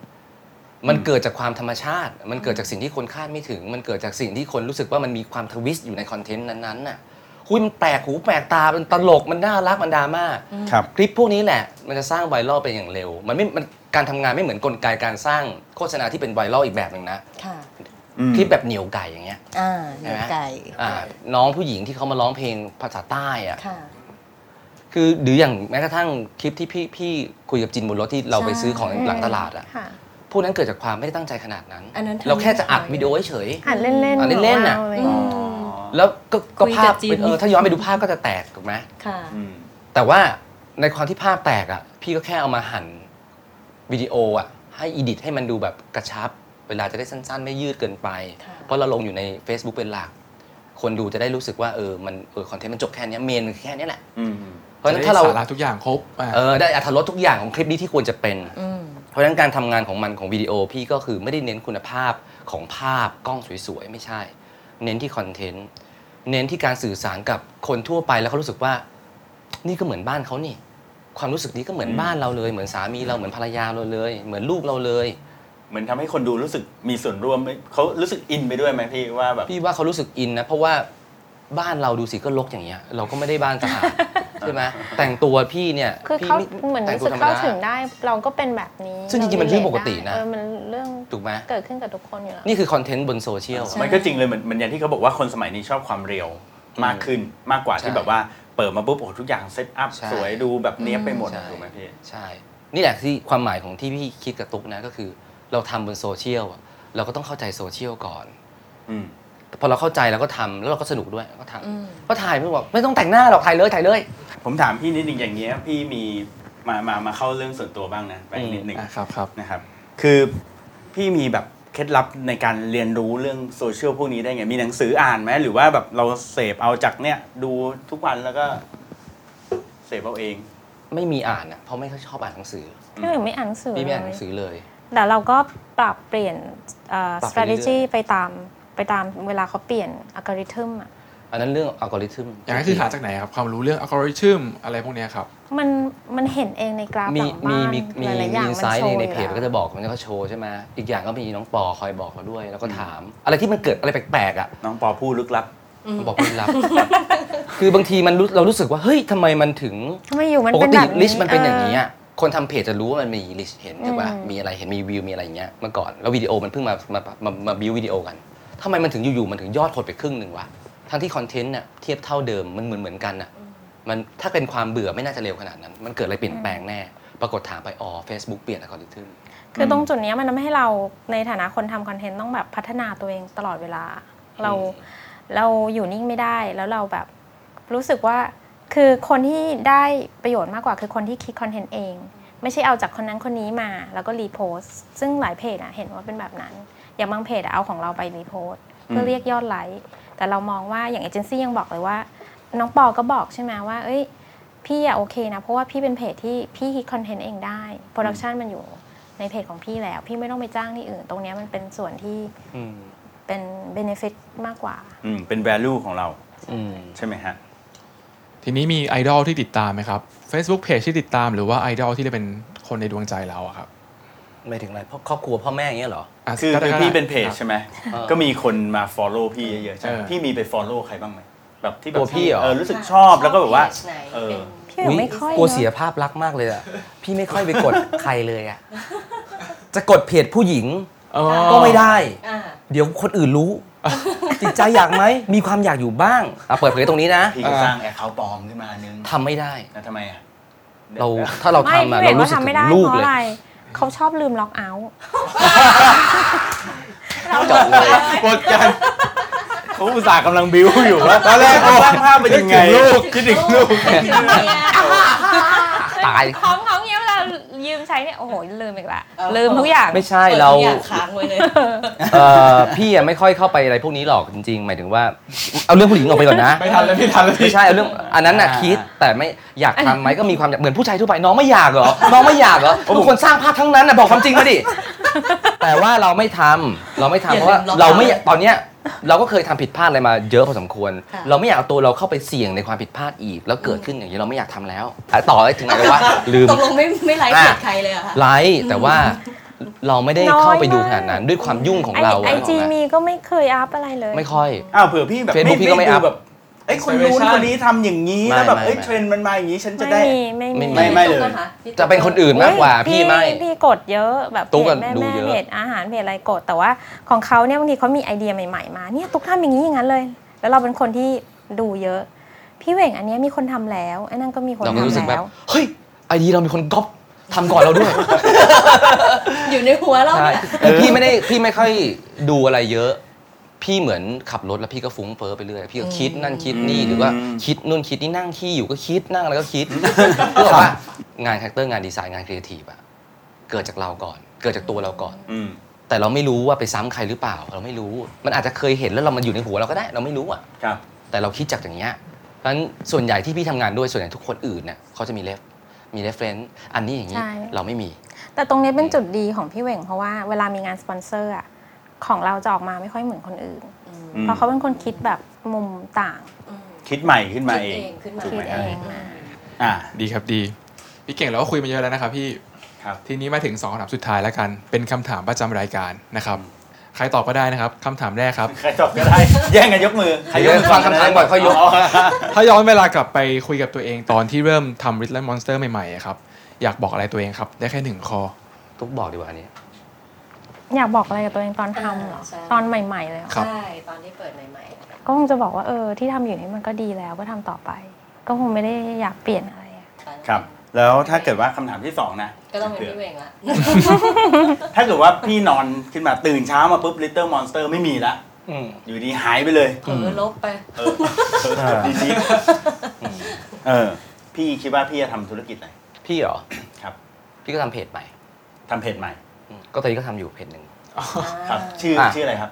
[SPEAKER 5] มันเกิดจากความธรรมชาติ มันเกิดจากสิ่งที่คนคาดไม่ถึง มันเกิดจากสิ่งที่คนรู้สึกว่ามันมีความทวิสต์อยู่ในคอนเทนต์นั้นๆน่ะคุยมันแปลกหูแปลกตา มันตลก มันน่ารัก มันดราม่า
[SPEAKER 2] ครับ
[SPEAKER 5] คลิปพวกนี้แหละ มันจะสร้างไวรัลเป็นอย่างเร็ว มันไม่ มันการทำงานไม่เหมือนกลไกการสร้างโฆษณาที่เป็นไวรัลอีกแบบหนึ่งนะ
[SPEAKER 4] ค่ะ
[SPEAKER 2] อืม
[SPEAKER 5] คลิปแบบเหนียวไก่อย่างเงี้ย
[SPEAKER 4] อ่าหนังไก่
[SPEAKER 5] อ่า น้องผู้หญิงที่เขามาร้องเพลงภาษาใต้อะ
[SPEAKER 4] ค่ะ
[SPEAKER 5] คือหรืออย่างแม้กระทั่งคลิปที่พี่พี่คุยกับจินบนรถที่เราไปซื้อของหลังตลาดอะ
[SPEAKER 6] ค่ะ
[SPEAKER 5] พวกนั้นเกิดจากความไม่ได้ตั้งใจขนาดนั้น
[SPEAKER 4] อันนั้นทำ
[SPEAKER 5] เราแค่จะอัด
[SPEAKER 4] ไม่ได้
[SPEAKER 5] วิดีโอเฉย
[SPEAKER 6] อ่านเล่นๆ
[SPEAKER 5] อ่านเล่นๆน่ะ
[SPEAKER 6] ว้าวอะไร
[SPEAKER 4] อื
[SPEAKER 6] เงี้ย
[SPEAKER 4] ม
[SPEAKER 5] ๆแล้วก็ก็
[SPEAKER 4] คุยกับ
[SPEAKER 5] ภาพ
[SPEAKER 4] จิน
[SPEAKER 5] เออถ้าย้อนไปดูภาพก็จะแตกถูกไหม
[SPEAKER 4] ค่ะ
[SPEAKER 2] อืม
[SPEAKER 5] แต่ว่าในความที่ภาพแตกอะพี่ก็แค่เอามาหั่นวิดีโออะให้อีดิทให้มันดูแบบกระชับ เวลาจะได้สั้นๆ ไม่ยืดเกินไป
[SPEAKER 4] ค่ะ
[SPEAKER 5] เพราะเราลงอยู่ใน Facebook เป็นหลัก คนดูจะได้รู้สึกว่าเออมันเออคอนเทนต์มันจบแค่เนี้เมนมันแค่เนี้ยแหละ
[SPEAKER 2] อืม
[SPEAKER 5] เพราะฉะนั้นถ้าเรา
[SPEAKER 3] จะได้สาระทุกอย่างครบอ่ะ
[SPEAKER 5] เออได้อัธรสทุกอย่างของคลิปนี้ที่ควรจะเป็น
[SPEAKER 4] อืม
[SPEAKER 5] เพราะฉะนั้นการทำงานของมันของวิดีโอพี่ก็คือไม่ได้เน้นคุณภาพของภาพกล้องสวยๆ ไม่ใช่ เน้นที่คอนเทนต์เน้นที่การสื่อสารกับคนทั่วไปแล้วเขารู้สึกว่า นี่ก็เหมือนบ้านเขานี่ ความรู้สึกนี้ก็เหมือน
[SPEAKER 2] อืม
[SPEAKER 5] บ้านเราเลย เหมือนสามีเราเหมือนภรรยาเราเลย เหมือนลูกเราเลย
[SPEAKER 2] เหมือนทำให้คนดูรู้สึกมีส่วนร่วมไหมเขารู้สึกอินไปด้วยไหมพี่ว่าแบบ
[SPEAKER 5] พี่ว่าเขารู้สึกอินนะ เพราะว่าบ้านเราดูสิก็ลกอย่างเงี้ย เราก็ไม่ได้บ้านสะอาดใช่ไหมแต่งตัวพี่เนี่ย
[SPEAKER 6] คือ
[SPEAKER 5] พี่
[SPEAKER 6] เขา
[SPEAKER 5] ไม่
[SPEAKER 6] เหมือน
[SPEAKER 5] แต่ง
[SPEAKER 6] รู้
[SPEAKER 5] ตัว
[SPEAKER 6] สึ
[SPEAKER 5] ธรรม
[SPEAKER 6] กเข้า
[SPEAKER 5] ดา
[SPEAKER 6] ถึงได้เราก็เป็นแบบนี้
[SPEAKER 5] ซึ่งจริงๆมันเรื่องปกตินะ
[SPEAKER 6] เออมันเรื่อง
[SPEAKER 5] ถูกไหม
[SPEAKER 6] เกิดขึ้นกับทุกคนอยู่แล้ว
[SPEAKER 5] นี่คือคอนเทนต์บนโซเชียล
[SPEAKER 4] ใช่
[SPEAKER 2] มันก็จริงเลยเหมือนเหมือนอย่างที่เขาบอกว่าคนสมัยนี้ชอบความเร็วมากขึ้นมากกว่าที่
[SPEAKER 5] ใช่
[SPEAKER 2] แบบว่าเปิดมาปุ๊บโอ้โหทุกอย่างเซตอัพ
[SPEAKER 5] ใช่
[SPEAKER 2] สวยดูแบบเนี้ยบไปหมด
[SPEAKER 5] ใช่
[SPEAKER 2] ถูกไหมพี่
[SPEAKER 5] ใช่ นี่แหละที่ความหมายของที่พี่คิดกับตุ๊กนะก็คือ เราทำบนโซเชียลอะเราก็ต้องเข้าใจโซเชียลก่อน
[SPEAKER 2] อืม
[SPEAKER 5] พอเราเข้าใจเราก็ทำแล้วเราก็สนุกด้วยเราก็ท
[SPEAKER 4] อืม
[SPEAKER 5] ำก็ถ่ายไม่บอกไม่ต้องแต่งหน้าหรอกถ่ายเลยถ่ายเลย
[SPEAKER 2] ผมถามพี่นิดหนึ่งอย่างเงี้ยพี่มีมามามาเข้าเรื่องส่วนตัวบ้างนะไปนิดหนึ่ง
[SPEAKER 3] อ่ะครับครับ
[SPEAKER 2] นะครับ คือพี่มีแบบเคล็ดลับในการเรียนรู้เรื่องโซเชียลพวกนี้ได้ไง มีหนังสืออ่านไหมหรือว่าแบบเราเสพเอาจากเนี่ย ดูทุกวันแล้วก็เสพเอาเอง
[SPEAKER 5] ไม่มีอ่านอ่ะเพราะไม่ค่อยชอบอ่านหนังสือ
[SPEAKER 6] พี่หนึ่งไม่อ่านหนังสือ
[SPEAKER 5] พี่ไม่อ่านห
[SPEAKER 6] เล
[SPEAKER 5] นั
[SPEAKER 6] ย
[SPEAKER 5] งสือเลย
[SPEAKER 6] แต่เราก็ปรับเปลี่ยนเอ่อ
[SPEAKER 5] ปรับไปเรื่อยๆ
[SPEAKER 6] strategy ไปตามไปตามเวลาเขาเปลี่ยนอัลกอริทึมอ่ะ
[SPEAKER 5] อันนั้นเรื่องอัลกอริทึม
[SPEAKER 3] อย่างนั้นคือหาจากไหนครับ ความรู้เรื่องอัลกอริทึมอะไรพวกเนี้ยครับ
[SPEAKER 6] มันมันเห็นเองในกราฟห
[SPEAKER 5] มี
[SPEAKER 6] ลัง
[SPEAKER 5] มี
[SPEAKER 6] บ้าน
[SPEAKER 5] มีมี
[SPEAKER 6] หลายๆอย่าง
[SPEAKER 5] มี
[SPEAKER 6] มั
[SPEAKER 5] ไซ
[SPEAKER 6] น
[SPEAKER 5] ต์
[SPEAKER 6] โช
[SPEAKER 5] ใน
[SPEAKER 6] ว์
[SPEAKER 5] ใน
[SPEAKER 6] อยู่
[SPEAKER 5] เพจ
[SPEAKER 6] แล้ว
[SPEAKER 5] มันก็จะบอกมันก็โชว์ใช่ไหมอีกอย่างก็มีน้องปอคอยบอกเราด้วยแล้วก็ถาม อะไรที่มันเกิดอะไรแปลกๆอ่ะ
[SPEAKER 2] น้องปอผู้ลึกลับ
[SPEAKER 5] มันบอกไม่รับ คือบางทีมันรู้เรารู้สึกว่า เฮ้ยทำไมมันถึง
[SPEAKER 6] ทำไมอยู่มัน
[SPEAKER 5] ปก
[SPEAKER 6] เป็น
[SPEAKER 5] ติ
[SPEAKER 6] แบบ
[SPEAKER 5] ลิสต์มันเป็นอย่าง
[SPEAKER 6] นี้
[SPEAKER 5] นี้ยคนทำเพจจะรู้ว่ามันมีลิสต์เห็นใช่ป่ะ
[SPEAKER 6] อืม
[SPEAKER 5] มีอะไรเห็นมีวิวมีอะไรอย่างเงี้ยเมื่อก่อนแล้ววิดีโอมันเพิ่งมามามามาบิววิดีโอกันทำไมมันถึงอยู่ๆมันถึงยอดหดไปครึ่งหนึ่งวะทั้งที่คอนเทนต์น่ะเทียบเท่าเดิมมันเหมือนเหมือนกันน่ะมันถ้าเป็นความเบื่อไม่น่าจะเร็วขนาดนั้น มันเกิดอะไรเปลี่ยนแปลงแน่ ปรากฏถามไปอ๋อ Facebook เปลี่ยนอัลกอริทึม
[SPEAKER 6] คือตรงจุดเนี้ยมันทำให้เราในฐานะคนทำคอนเทนต์ต้องแบบพัฒนาตัวเองตลอดเวลา เราเราอยู่นิ่งไม่ได้แล้วเราแบบรู้สึกว่าคือคนที่ได้ประโยชน์มากกว่าคือคนที่คิดคอนเทนต์เอง ไม่ใช่เอาจากคนนั้นคนนี้มาแล้วก็รีโพสต์ซึ่งหลายเพจอะเห็นว่าเป็นแบบนั้น อย่างบางเพจอะเอาของเราไปรีโพสต์เพื่อเรียกยอดไลค์แต่เรามองว่าอย่างเอเจนซี่ยังบอกเลยว่า น้องปอก็บอกใช่ไหมว่า เอ้ย พี่อะโอเคนะ เพราะว่าพี่เป็นเพจที่พี่คิดคอนเทนต์เองได้โปรดักชันมันอยู่ในเพจของพี่แล้ว พี่ไม่ต้องไปจ้างที่อื่น ตรงเนี้ยมันเป็นส่วนที่
[SPEAKER 5] อืม
[SPEAKER 6] เป็นเบนฟิตมากกว่า
[SPEAKER 2] อืม เป็น value ของเรา
[SPEAKER 5] อืม
[SPEAKER 2] ใช่ไหมฮะ
[SPEAKER 3] ทีนี้มีไอดอลที่ติดตามไหมครับ Facebook Page ที่ติดตามหรือว่าไอดอลที่เป็นคนในดวงใจเราอะครับ
[SPEAKER 5] ไม่ถึงอะไรพ่อครอบครัวพ่อแม่อย่างเงี้ยเหรอ
[SPEAKER 3] ะ
[SPEAKER 2] คือ
[SPEAKER 3] ก็ได้
[SPEAKER 2] คือ
[SPEAKER 3] ก็ได้
[SPEAKER 2] พี่เป็นเพจ
[SPEAKER 3] ครับ
[SPEAKER 2] ใช่ไหม
[SPEAKER 5] เออ
[SPEAKER 2] ก็มีคนมา follow พี่เยอะๆใช่ไหม
[SPEAKER 3] เออ
[SPEAKER 2] พี่มีไป follow ใครบ้างไหมแบบที่แบ
[SPEAKER 5] ตั
[SPEAKER 2] บ
[SPEAKER 5] วพี่เหรอ
[SPEAKER 2] เออรู้สึกชอบแล้วก็แบบว่า
[SPEAKER 4] ชอเพจไหน
[SPEAKER 2] เออ
[SPEAKER 4] เป็น
[SPEAKER 6] พี่หนุ่มไม่ค่อย
[SPEAKER 5] กลัว
[SPEAKER 6] เนอะ
[SPEAKER 5] เสียภาพลักษณ์มากเลยอะพี่ไม่ค่อยไปกด ใครเลยอะจะกดเพจผู้หญิง
[SPEAKER 3] อ๋อ
[SPEAKER 5] ก็ไม่ได้
[SPEAKER 4] อ่า
[SPEAKER 5] เดี๋ยวคนอื่น รู้ จิตใจอยากไหม มีความอยากอยู่บ้างอ่ะเปิดเผยตรงนี้นะ
[SPEAKER 2] พี่ก็สร้างแอคเคาท์ปลอมขึ้นมานึง
[SPEAKER 5] ทำไม่ได้
[SPEAKER 2] แล้วทำไมอ่ะ
[SPEAKER 5] เราถ้าเรา
[SPEAKER 6] ไม่
[SPEAKER 5] ทำอะเรา
[SPEAKER 6] พี่เวก
[SPEAKER 5] รู้
[SPEAKER 6] ว่า
[SPEAKER 5] สึก
[SPEAKER 6] ทำ
[SPEAKER 5] ถึ
[SPEAKER 6] ไม่ได้
[SPEAKER 5] ง
[SPEAKER 6] เพ
[SPEAKER 5] ลูก
[SPEAKER 6] ราะ
[SPEAKER 5] เล
[SPEAKER 6] อะไร
[SPEAKER 5] ย
[SPEAKER 6] เขาชอบลืมล็อกเอาท์
[SPEAKER 5] จบเลย
[SPEAKER 2] หมดกันเขาอุตส่าห์กำลังบิวอยู่ว่าตอนแรกสร้างภาพเป็นยังไงลูกคิดถึงลูก
[SPEAKER 5] ตาย
[SPEAKER 6] ของเขาเนี้ยเวลายืมใช้เนี่ยโอ้โหลืมอีกละลืมทุกอย่าง
[SPEAKER 5] ไม่ใช่เรา
[SPEAKER 4] ปิดทุกอย่งค้างไว้เลย
[SPEAKER 5] เอ่อพี่อะไม่ค่อยเข้าไปอะไรพวกนี้หรอกจริง ๆ หมายถึงว่า เอาเรื่องผู้หญิงออกไปก่อนนะ
[SPEAKER 3] ไม่ทันแล้วพี่ทันแล้วพี่
[SPEAKER 5] ไม่ใช่เอาเรื่องอันนั้นน่ะ
[SPEAKER 2] อ่า
[SPEAKER 5] คิดแต่ไม่อยากทำไหมก็มีความอยากเหมือนผู้ชายทั่วไปน้องไม่อยากเหรอ น้องไม่อยากเหรอทุกคนสร้างภาพทั้งนั้นน่ะบอกความจริง มาดิ แต่ว่าเราไม่ทำเราไม่ทำ
[SPEAKER 4] อย่า
[SPEAKER 5] เพราะว่า
[SPEAKER 4] ลืมล็อก
[SPEAKER 5] เราไม่อยาก
[SPEAKER 4] เอาไว้
[SPEAKER 5] ตอนเนี้ยเราก็เคยทำผิดพลาดอะไรมาเยอะพอสมควร
[SPEAKER 4] ค่ะ
[SPEAKER 5] เราไม่อยากเอาตัวเราเข้าไปเสี่ยงในความผิดพลาดอีก แล้วเกิดขึ้นอย่างนี้เราไม่อยากทำ แล้วอ่ะต่อไปถึงไหนแล้ววะลืม
[SPEAKER 4] ตกลงไม่ไม่ไลฟ์เพจ
[SPEAKER 5] อ่ะ
[SPEAKER 4] ใครเลยเหรอะคะ
[SPEAKER 5] ไลฟ์แต่ว่า เราไม่ได้
[SPEAKER 6] น้อย
[SPEAKER 5] เข้าไปดู
[SPEAKER 6] มา
[SPEAKER 5] ข
[SPEAKER 6] ก
[SPEAKER 5] นาดนั้น ด้วยความยุ่งของเรา
[SPEAKER 6] ไอ
[SPEAKER 5] อะนึกอ
[SPEAKER 6] จี
[SPEAKER 5] อกไหม
[SPEAKER 6] มีก็ไม่เคยอัพอะไรเลย
[SPEAKER 5] ไม่ค่อย
[SPEAKER 2] อ้าวเผื่อพี่แบบ
[SPEAKER 5] Facebook พี่ก็ไม่
[SPEAKER 2] ดู
[SPEAKER 5] อัพ
[SPEAKER 2] แบบเอ้ยคนนู้น
[SPEAKER 3] Inspiration
[SPEAKER 2] คนนี้ทำอย่างนี้แล้วแบบ
[SPEAKER 5] ไม่ไม่
[SPEAKER 2] เอ้ย
[SPEAKER 5] ไม่
[SPEAKER 2] เทรนด์มันมาอย่างนี้ฉันจะ
[SPEAKER 6] ไม่
[SPEAKER 2] ได้
[SPEAKER 6] มีไม่มี
[SPEAKER 5] ไม่
[SPEAKER 2] ไม่เลย
[SPEAKER 4] พี่ตุ๊กอคพี่ตุ๊ก
[SPEAKER 5] จะเป็นคนอื่นมากกว่าพี่ไม่
[SPEAKER 6] พี่กดเยอะแบบ
[SPEAKER 5] ตุ๊กอะ
[SPEAKER 6] เพจแม่
[SPEAKER 5] ดู
[SPEAKER 6] แม่
[SPEAKER 5] เยอะ
[SPEAKER 6] เพจอาหารเพจอะไรกดแต่ว่าของเขาเนี่ยบางทีเขามีไอเดียใหม่ๆมาเนี่ยตุ๊กทำอย่างนี้อย่างนั้นเลย แล้วเราเป็นคนที่ดูเยอะ พี่เหว่งอันเนี้ยมีคนทำแล้วไอ้นั่นก็มีคน
[SPEAKER 5] เรา
[SPEAKER 6] ทำ
[SPEAKER 5] ก็รู้สึกแบ
[SPEAKER 6] แล้
[SPEAKER 5] บ
[SPEAKER 6] ว
[SPEAKER 5] เฮ้ยไอดีเรามีคนก๊อปทำก่อน เราด้วย
[SPEAKER 4] อยู่ในหัวเรา
[SPEAKER 5] ใช่
[SPEAKER 4] เนี่ย
[SPEAKER 5] แต่พี่ไม่ได้พี่ไม่ค่อยดูอะไรเยอะ พี่เหมือนขับรถแล้วพี่ก็ฟุ้งเฟ้อไปเรื่อยพี่ก็คิดนั่นคิดนี่หรือว่าคิดนู่นคิดนี่นั่งขี้อยู่ก็คิดนั่งแล้วก็ คิดก็บอกว่างานคาแรคเตอร์งานดีไซน์งานครีเอทีฟอะเกิดจากเราก่อน เกิดจากตัวเราก่อน
[SPEAKER 2] อืม
[SPEAKER 5] แต่เราไม่รู้ว่าไปซ้ำใครหรือเปล่า เราไม่รู้ มันอาจจะเคยเห็นแล้วเรามันอยู่ในหัวเราก็ได้ เราไม่รู้อะ
[SPEAKER 2] ครับ
[SPEAKER 5] แต่เราคิดจากอย่างเงี้ยเพราะฉะนั้นส่วนใหญ่ที่พี่ทำงานด้วยส่วนใหญ่ทุกคนอื่นเนี่ยเขาจะมีเลฟมีเลฟเฟนอันนี้อย่างนี้
[SPEAKER 6] ใช่
[SPEAKER 5] เราไม่มี
[SPEAKER 6] แต่ตรงเนี้ยเป็นจุดดีของพี่เหว่งเพราะว่าเวลามีงานสปอนเซอร์อะของเราจะออกมาไม่ค่อยเหมือนคนอื่น
[SPEAKER 2] อืม
[SPEAKER 6] เพราะเขาเป็นคนคิดแบบมุมต่าง
[SPEAKER 2] คิดใหม่ขึ้นมา
[SPEAKER 4] คิด
[SPEAKER 2] เอง
[SPEAKER 4] เองขึ้นมา
[SPEAKER 2] ถูก
[SPEAKER 6] คิ
[SPEAKER 2] ไหม
[SPEAKER 6] ดเองมา
[SPEAKER 2] อ่า
[SPEAKER 3] ดีครับดี พี่เก่งเราก็คุยมาเยอะแล้วนะครับพี่
[SPEAKER 2] ครับ
[SPEAKER 3] ทีนี้มาถึงสองคำถามสุดท้ายแล้วกัน เป็นคำถามประจำรายการนะครับ ใครตอบก็ได้นะครับคำถามแรกครับ
[SPEAKER 2] ใครตอบก็ ได้ แย่งกันยกมือใครยกมือ
[SPEAKER 5] ฟังคำถามก่อนค่อยยก
[SPEAKER 3] ถ้าย้อนเวลากลับไปคุยกับตัวเองตอนที่เริ่มทำ Riddle Monster ใหม่ๆอะครับ อยากบอกอะไรตัวเองครับ ได้แค่หนึ่งคอ
[SPEAKER 5] ทุกบอกดีกว่าอันนี้
[SPEAKER 6] อยากบอกอะไรกับตัวเองตอนทำเหรอตอนใหม่ๆเลยเหรอ
[SPEAKER 3] ครับ
[SPEAKER 4] ใช่ ตอนที่เปิดใหม่ๆ
[SPEAKER 6] ก็คงจะบอกว่าเออที่ทำอยู่นี่มันก็ดีแล้วก็ทำต่อไป ก็คงไม่ได้อยากเปลี่ยนอะไรอะ
[SPEAKER 2] ครับ แล้วถ้าเกิดว่าคำถามที่สองนะ
[SPEAKER 4] ก็ต้องเป็นพี่เวงละ
[SPEAKER 2] ถ้าเกิดว่า พี่นอนขึ้นมาตื่นเช้ามาปุ๊บ Little Monster ไม่มีละอยู่ดีหายไปเลย
[SPEAKER 4] เออลบไป
[SPEAKER 2] เออเออดีดีเออ พี่คิดว่าพี่จะทำธุรกิจอะไร
[SPEAKER 5] พี่เหรอ
[SPEAKER 2] ครับ
[SPEAKER 5] พี่ก็ทำเพจใหม่
[SPEAKER 2] ทำเพจใหม่
[SPEAKER 5] อืมก็ตอนนี้ก็ทำอยู่เพจหนึ่ง
[SPEAKER 2] ครับ ชื่อ
[SPEAKER 5] อ่ะ
[SPEAKER 2] ชื่ออะไรครับ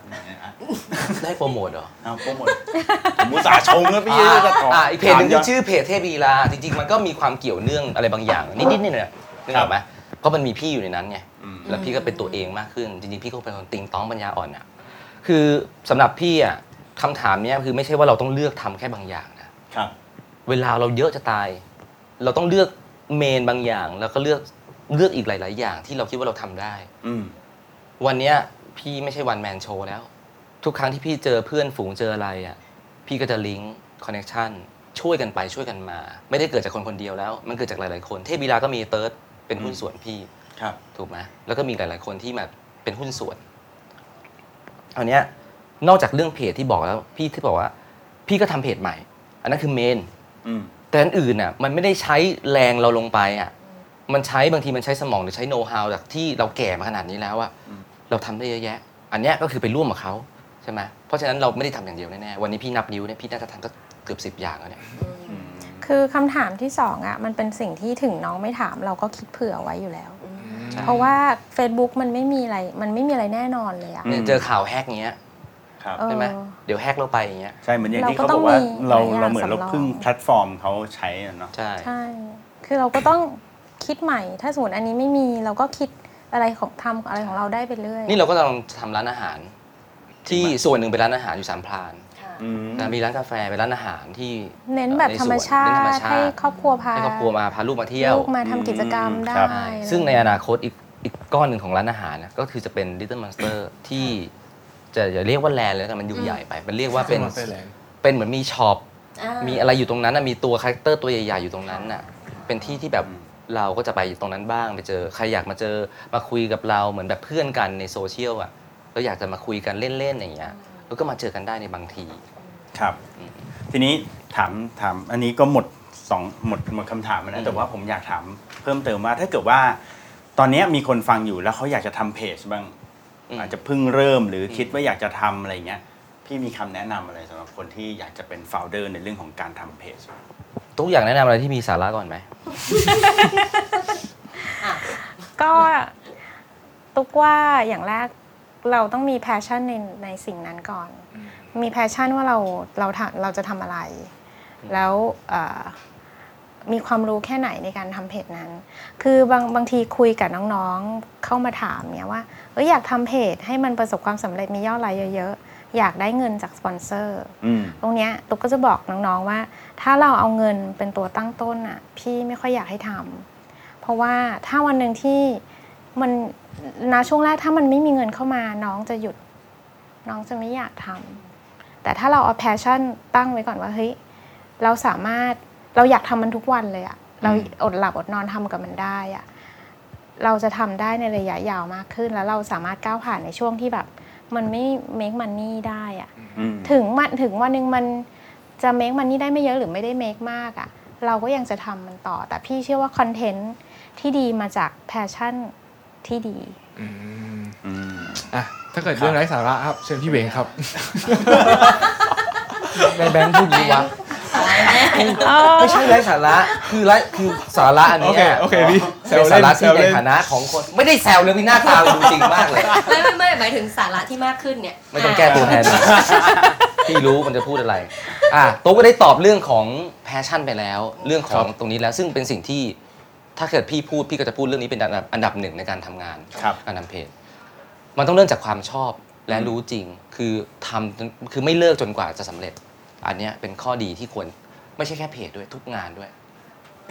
[SPEAKER 5] ได้โปรโมทเหรอ
[SPEAKER 2] เอาโปรโมท ผมอุตส่าห์ชงแล้วพี่จะขอ
[SPEAKER 5] อ่า
[SPEAKER 2] อ่า
[SPEAKER 5] อีกเพจหนึ่งที่ชื่อเพจเทพลีลาจริงๆ มันก็มีความเกี่ยวเนื่องอะไรบางอย่าง นิดๆหน่อยๆนึกออกไหมเพราะมันมีพี่อยู่ในนั้นไง
[SPEAKER 2] อืม
[SPEAKER 5] แล้วพี่ก็เป็นตัวเองมากขึ้น จริงๆ พี่ก็เป็นคนติงต้องปัญญาอ่อนอ่ะคือสำหรับพี่อ่ะคำถามเนี้ยคือไม่ใช่ว่าเราต้องเลือกทำแค่บางอย่างนะ
[SPEAKER 2] ครับ
[SPEAKER 5] เวลาเราเยอะจะตาย เราต้องเลือกเมนบางอย่าง แล้วก็เลือกเลือกอีกหลาย ๆ อย่างที่เราคิดว่าเราทำได้
[SPEAKER 2] อืม
[SPEAKER 5] วันเนี้ยพี่ไม่ใช่วันแมนโชว์แล้ว ทุกครั้งที่พี่เจอเพื่อนฝูงเจออะไรอ่ะพี่ก็จะลิงก์คอนเน t ชันช่วยกันไปช่วยกันมา ไม่ได้เกิดจากคนคนเดียวแล้ว มันเกิดจากหลาย ๆ คน เทพบีลาก็มีเติร์ดเป็นหุ้นส่วนพี่
[SPEAKER 2] ครับ
[SPEAKER 5] ถูกไหมแล้วก็มีหลาย ๆ คนที่มาเป็นหุ้นส่วนอันเนี้ยนอกจากเรื่องเพจที่บอกแล้ว พี่ที่บอกว่า พี่ก็ทำเพจใหม่ อันนั้นคือเมน
[SPEAKER 2] อืม
[SPEAKER 5] แต่อันอื่นน่ะมันไม่ได้ใช้แรงเราลงไปอ่ะ มันใช้บางทีมันใช้สมองหรือใช้โน้ตฮาวจากที่เราแก่มาขนาดนี้แล้วอ่ะ
[SPEAKER 2] อืม
[SPEAKER 5] เราทำได้เยอะแยะ อันเนี้ยก็คือไปร่วมกับเขาใช่ไหมเพราะฉะนั้นเราไม่ได้ทำอย่างเดียวแน่ๆวันนี้พี่นับนิ้วเนี่ยพี่น่าจะทำก็เกือบสิบอย่างแล้วเนี่ย
[SPEAKER 6] คือคำถามที่สองอ่ะมันเป็นสิ่งที่ถึงน้องไม่ถามเราก็คิดเผื่อไว้อยู่แล้ว
[SPEAKER 5] ใช่
[SPEAKER 6] เพราะว่า Facebook มันไม่มีอะไรมันไม่มีอะไรแน่นอนเลยอะ
[SPEAKER 2] อืม
[SPEAKER 5] เนี่ยเจอข่าวแฮกเงี้ย
[SPEAKER 2] ครับ
[SPEAKER 6] เออ
[SPEAKER 5] ใช่ไหมเดี๋ยวแฮกเราไปอย่างเงี้ย
[SPEAKER 2] ใช่เหมือนอย่างที่เขา
[SPEAKER 6] เราก็ต้
[SPEAKER 2] บ
[SPEAKER 6] อ
[SPEAKER 2] อง กว่า
[SPEAKER 6] มี
[SPEAKER 2] เรา
[SPEAKER 6] หลายอย่าง
[SPEAKER 2] เราเหมือนเรา
[SPEAKER 6] สำรอง
[SPEAKER 2] พึ่งแพลตฟอร์มเขาใช้อะเนาะ
[SPEAKER 5] ใช่
[SPEAKER 6] ใช่ คือเราก็ต้องคิดใหม่ ถ้าสมมติอันนี้ไม่มีเราก็คิดอะไรของทำอะไรของเราได้ไปเรื่อย
[SPEAKER 5] นี่เราก็กำลังทำร้านอาหาร ที่ส่วนหนึ่งเป็นร้านอาหารอยู่สามพราน
[SPEAKER 2] อืม
[SPEAKER 5] แต่มีร้านกาแฟเป็นร้านอาหารที่
[SPEAKER 6] เน้นแบบ
[SPEAKER 5] ใสวน
[SPEAKER 6] ธรรมชา
[SPEAKER 5] เน้นธรรม
[SPEAKER 6] ติให้
[SPEAKER 5] ชาติ
[SPEAKER 6] ครอบครัวพา
[SPEAKER 5] ให้ครอบครัวมาพาลูกมาเที่ยว
[SPEAKER 6] ลูกมาทำกิจกรรมได้
[SPEAKER 2] ครับ
[SPEAKER 5] ใช่
[SPEAKER 6] อะไร
[SPEAKER 5] ซึ่งในอนาคตอีกอีกก้อนหนึ่งของร้านอาหารนะก็คือจะเป็น Little Monster ที่จะอย่าเรียกว่าแลนด์เลยแต่มันอยู่ใหญ่ไปมันเรียกว่าเป็น
[SPEAKER 3] เป็นแรง
[SPEAKER 5] เป็นเหมือนมีช็อป
[SPEAKER 4] อ่า
[SPEAKER 5] มีอะไรอยู่ตรงนั้นนะมีตัวคาแรคเตอร์ตัวใหญ่ๆอยู่ตรงนั้นน่ะเป็นที่ที่แบบเราก็จะไปตรงนั้นบ้างไปเจอใครอยากมาเจอมาคุยกับเราเหมือนแบบเพื่อนกันในโซเชียลอ่ะเราอยากจะมาคุยกันเล่นๆอย่างเงี้ยแล้วก็มาเจอกันได้ในบางที
[SPEAKER 2] ครับ ทีนี้ถามถามอันนี้ก็หมดสองหมดหมดคำถามแล้ว
[SPEAKER 5] อื
[SPEAKER 2] นะ
[SPEAKER 5] ม
[SPEAKER 2] แต่ว่าผมอยากถามเพิ่มเติมว่าถ้าเกิดว่า ตอนเนี้ยมีคนฟังอยู่แล้วเขาอยากจะทำเพจบ้าง
[SPEAKER 5] อืม
[SPEAKER 2] อาจจะเพิ่งเริ่มหรือคิดว่าอยากจะทำอะไรเงี้ย พี่มีคำแนะนำอะไรสำหรับคนที่อยากจะเป็นโฟลเดอร์ในเรื่องของการทำเพจ
[SPEAKER 5] ตุ๊กอยากแนะนำอะไรที่มีสาระก่อนไหม
[SPEAKER 6] ก็ตุกว่าอย่างแรกเราต้องมีแพชชั่นในในสิ่งนั้นก่อน มีแพชชั่นว่าเราเราทำเราจะทำอะไร แล้วเอ่อมีความรู้แค่ไหนในการทำเพจนั้น คือบางบางทีคุยกับน้องๆเข้ามาถามเนี่ยว่าเอยอยากทำเพจให้มันประสบความสำเร็จมียอดไลค์เยอะๆ อยากได้เงินจากสปอนเซอร์
[SPEAKER 2] อืม
[SPEAKER 6] ตรงเนี้ยตุ๊กก็จะบอกน้องๆว่า ถ้าเราเอาเงินเป็นตัวตั้งต้นอ่ะพี่ไม่ค่อยอยากให้ทำเพราะว่าถ้าวันหนึ่งที่ มันนะช่วงแรกถ้ามันไม่มีเงินเข้ามาน้องจะหยุด น้องจะไม่อยากทำแต่ถ้าเราเอาแพชชั่นตั้งไว้ก่อนว่าเฮ้ยเราสามารถเราอยากทำมันทุกวันเลยอะเราอดหลับอดนอนทำกับมันได้อะเราจะทำได้ในระยะยาวมากขึ้น แล้วเราสามารถก้าวผ่านในช่วงที่แบบ มันไม่ make money ได้อะ
[SPEAKER 2] อืม
[SPEAKER 6] ถึงมันถึงวันหนึ่งมันจะเมคมันนี่ได้ไม่เยอะหรือไม่ได้เมคมากอะ่ะ เราก็ยังจะทำมันต่อ แต่พี่เชื่อว่าคอนเทนต์ที่ดีมาจากแพชชั่นที่ดี
[SPEAKER 3] อืม
[SPEAKER 2] อืม
[SPEAKER 3] อ่ะถ้าเกิดเรื่องไร้สาระครับเชิญพี่เวงครับ ในแบงค์พูดดีวะ
[SPEAKER 5] ไม่ใช่ไร้สาระคือไร้คือสาระอัน
[SPEAKER 3] โอเค
[SPEAKER 5] เนี้ย
[SPEAKER 3] โอเคพี่แซ
[SPEAKER 5] เป็
[SPEAKER 3] วน เล่
[SPEAKER 5] สาน ระ
[SPEAKER 3] แซ
[SPEAKER 5] ที่
[SPEAKER 3] ว
[SPEAKER 5] ใน
[SPEAKER 3] เล่น
[SPEAKER 5] ฐานะของคนไม่ได้แซวเลยมีหน้าตาดูจริงมากเลย
[SPEAKER 4] ไม่ไม่ไม่หมายถึงสาระที่มากขึ้นเนี่ย
[SPEAKER 5] ไม่ต้องแก้ตัวแท นมันพี่รู้มันจะพูดอะไร อ่ะโต๊ะก็ได้ตอบเรื่องของแพชชั่นไปแล้ว เรื่องของตรงนี้แล้วซึ่งเป็นสิ่งที่ถ้าเกิดพี่พูดพี่ก็จะพูดเรื่องนี้เป็นอันดับอันดับหนึ่งในการทำงาน
[SPEAKER 2] ครับ
[SPEAKER 5] การทำเพจมันต้องเริ่มจากความชอบและรู้จริง คือทำจนคือไม่เลิกจนกว่าจะสำเร็จ อันเนี้ยเป็นข้อดีที่ควรไม่ใช่แค่เพจด้วยทุกงานด้วย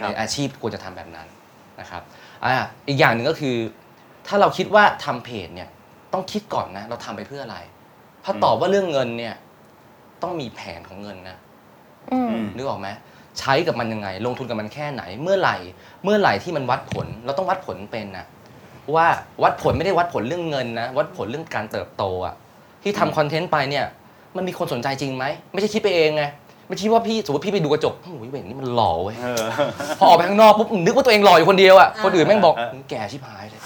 [SPEAKER 2] ครับ
[SPEAKER 5] ในอาชีพควรจะทำแบบนั้นนะครับอ่ะอีกอย่างหนึ่งก็คือ ถ้าเราคิดว่าทำเพจเนี่ยต้องคิดก่อนนะ เราทำไปเพื่ออะไร ถ้าตอบว่าเรื่องเงินเนี่ยต้องมีแผนของเงินนะ
[SPEAKER 6] อืม
[SPEAKER 2] อืม
[SPEAKER 5] นึกออกไหมใช้กับมันยังไง ลงทุนกับมันแค่ไหน เมื่อไหร่ เมื่อไหร่ที่มันวัดผล เราต้องวัดผลเป็นนะว่าวัดผลไม่ได้วัดผลเรื่องเงินนะ วัดผลเรื่องการเติบโตอะที่ทำคอนเทนต์ไปเนี่ยมันมีคนสนใจจริงไหมไม่ใช่คิดไปเองไงไม่ใช่ว่าพี่สมมติพี่ไปดูกระจกโอ้ยเว่งนี่มันหล่อ เว้ย
[SPEAKER 2] เออ
[SPEAKER 5] พอออกไปข้างนอกปุ๊บนึกว่าตัวเองหล่ออยู่คนเดียวอะคนอื่นแม่งบอกมึงแก่ชิบหายเลย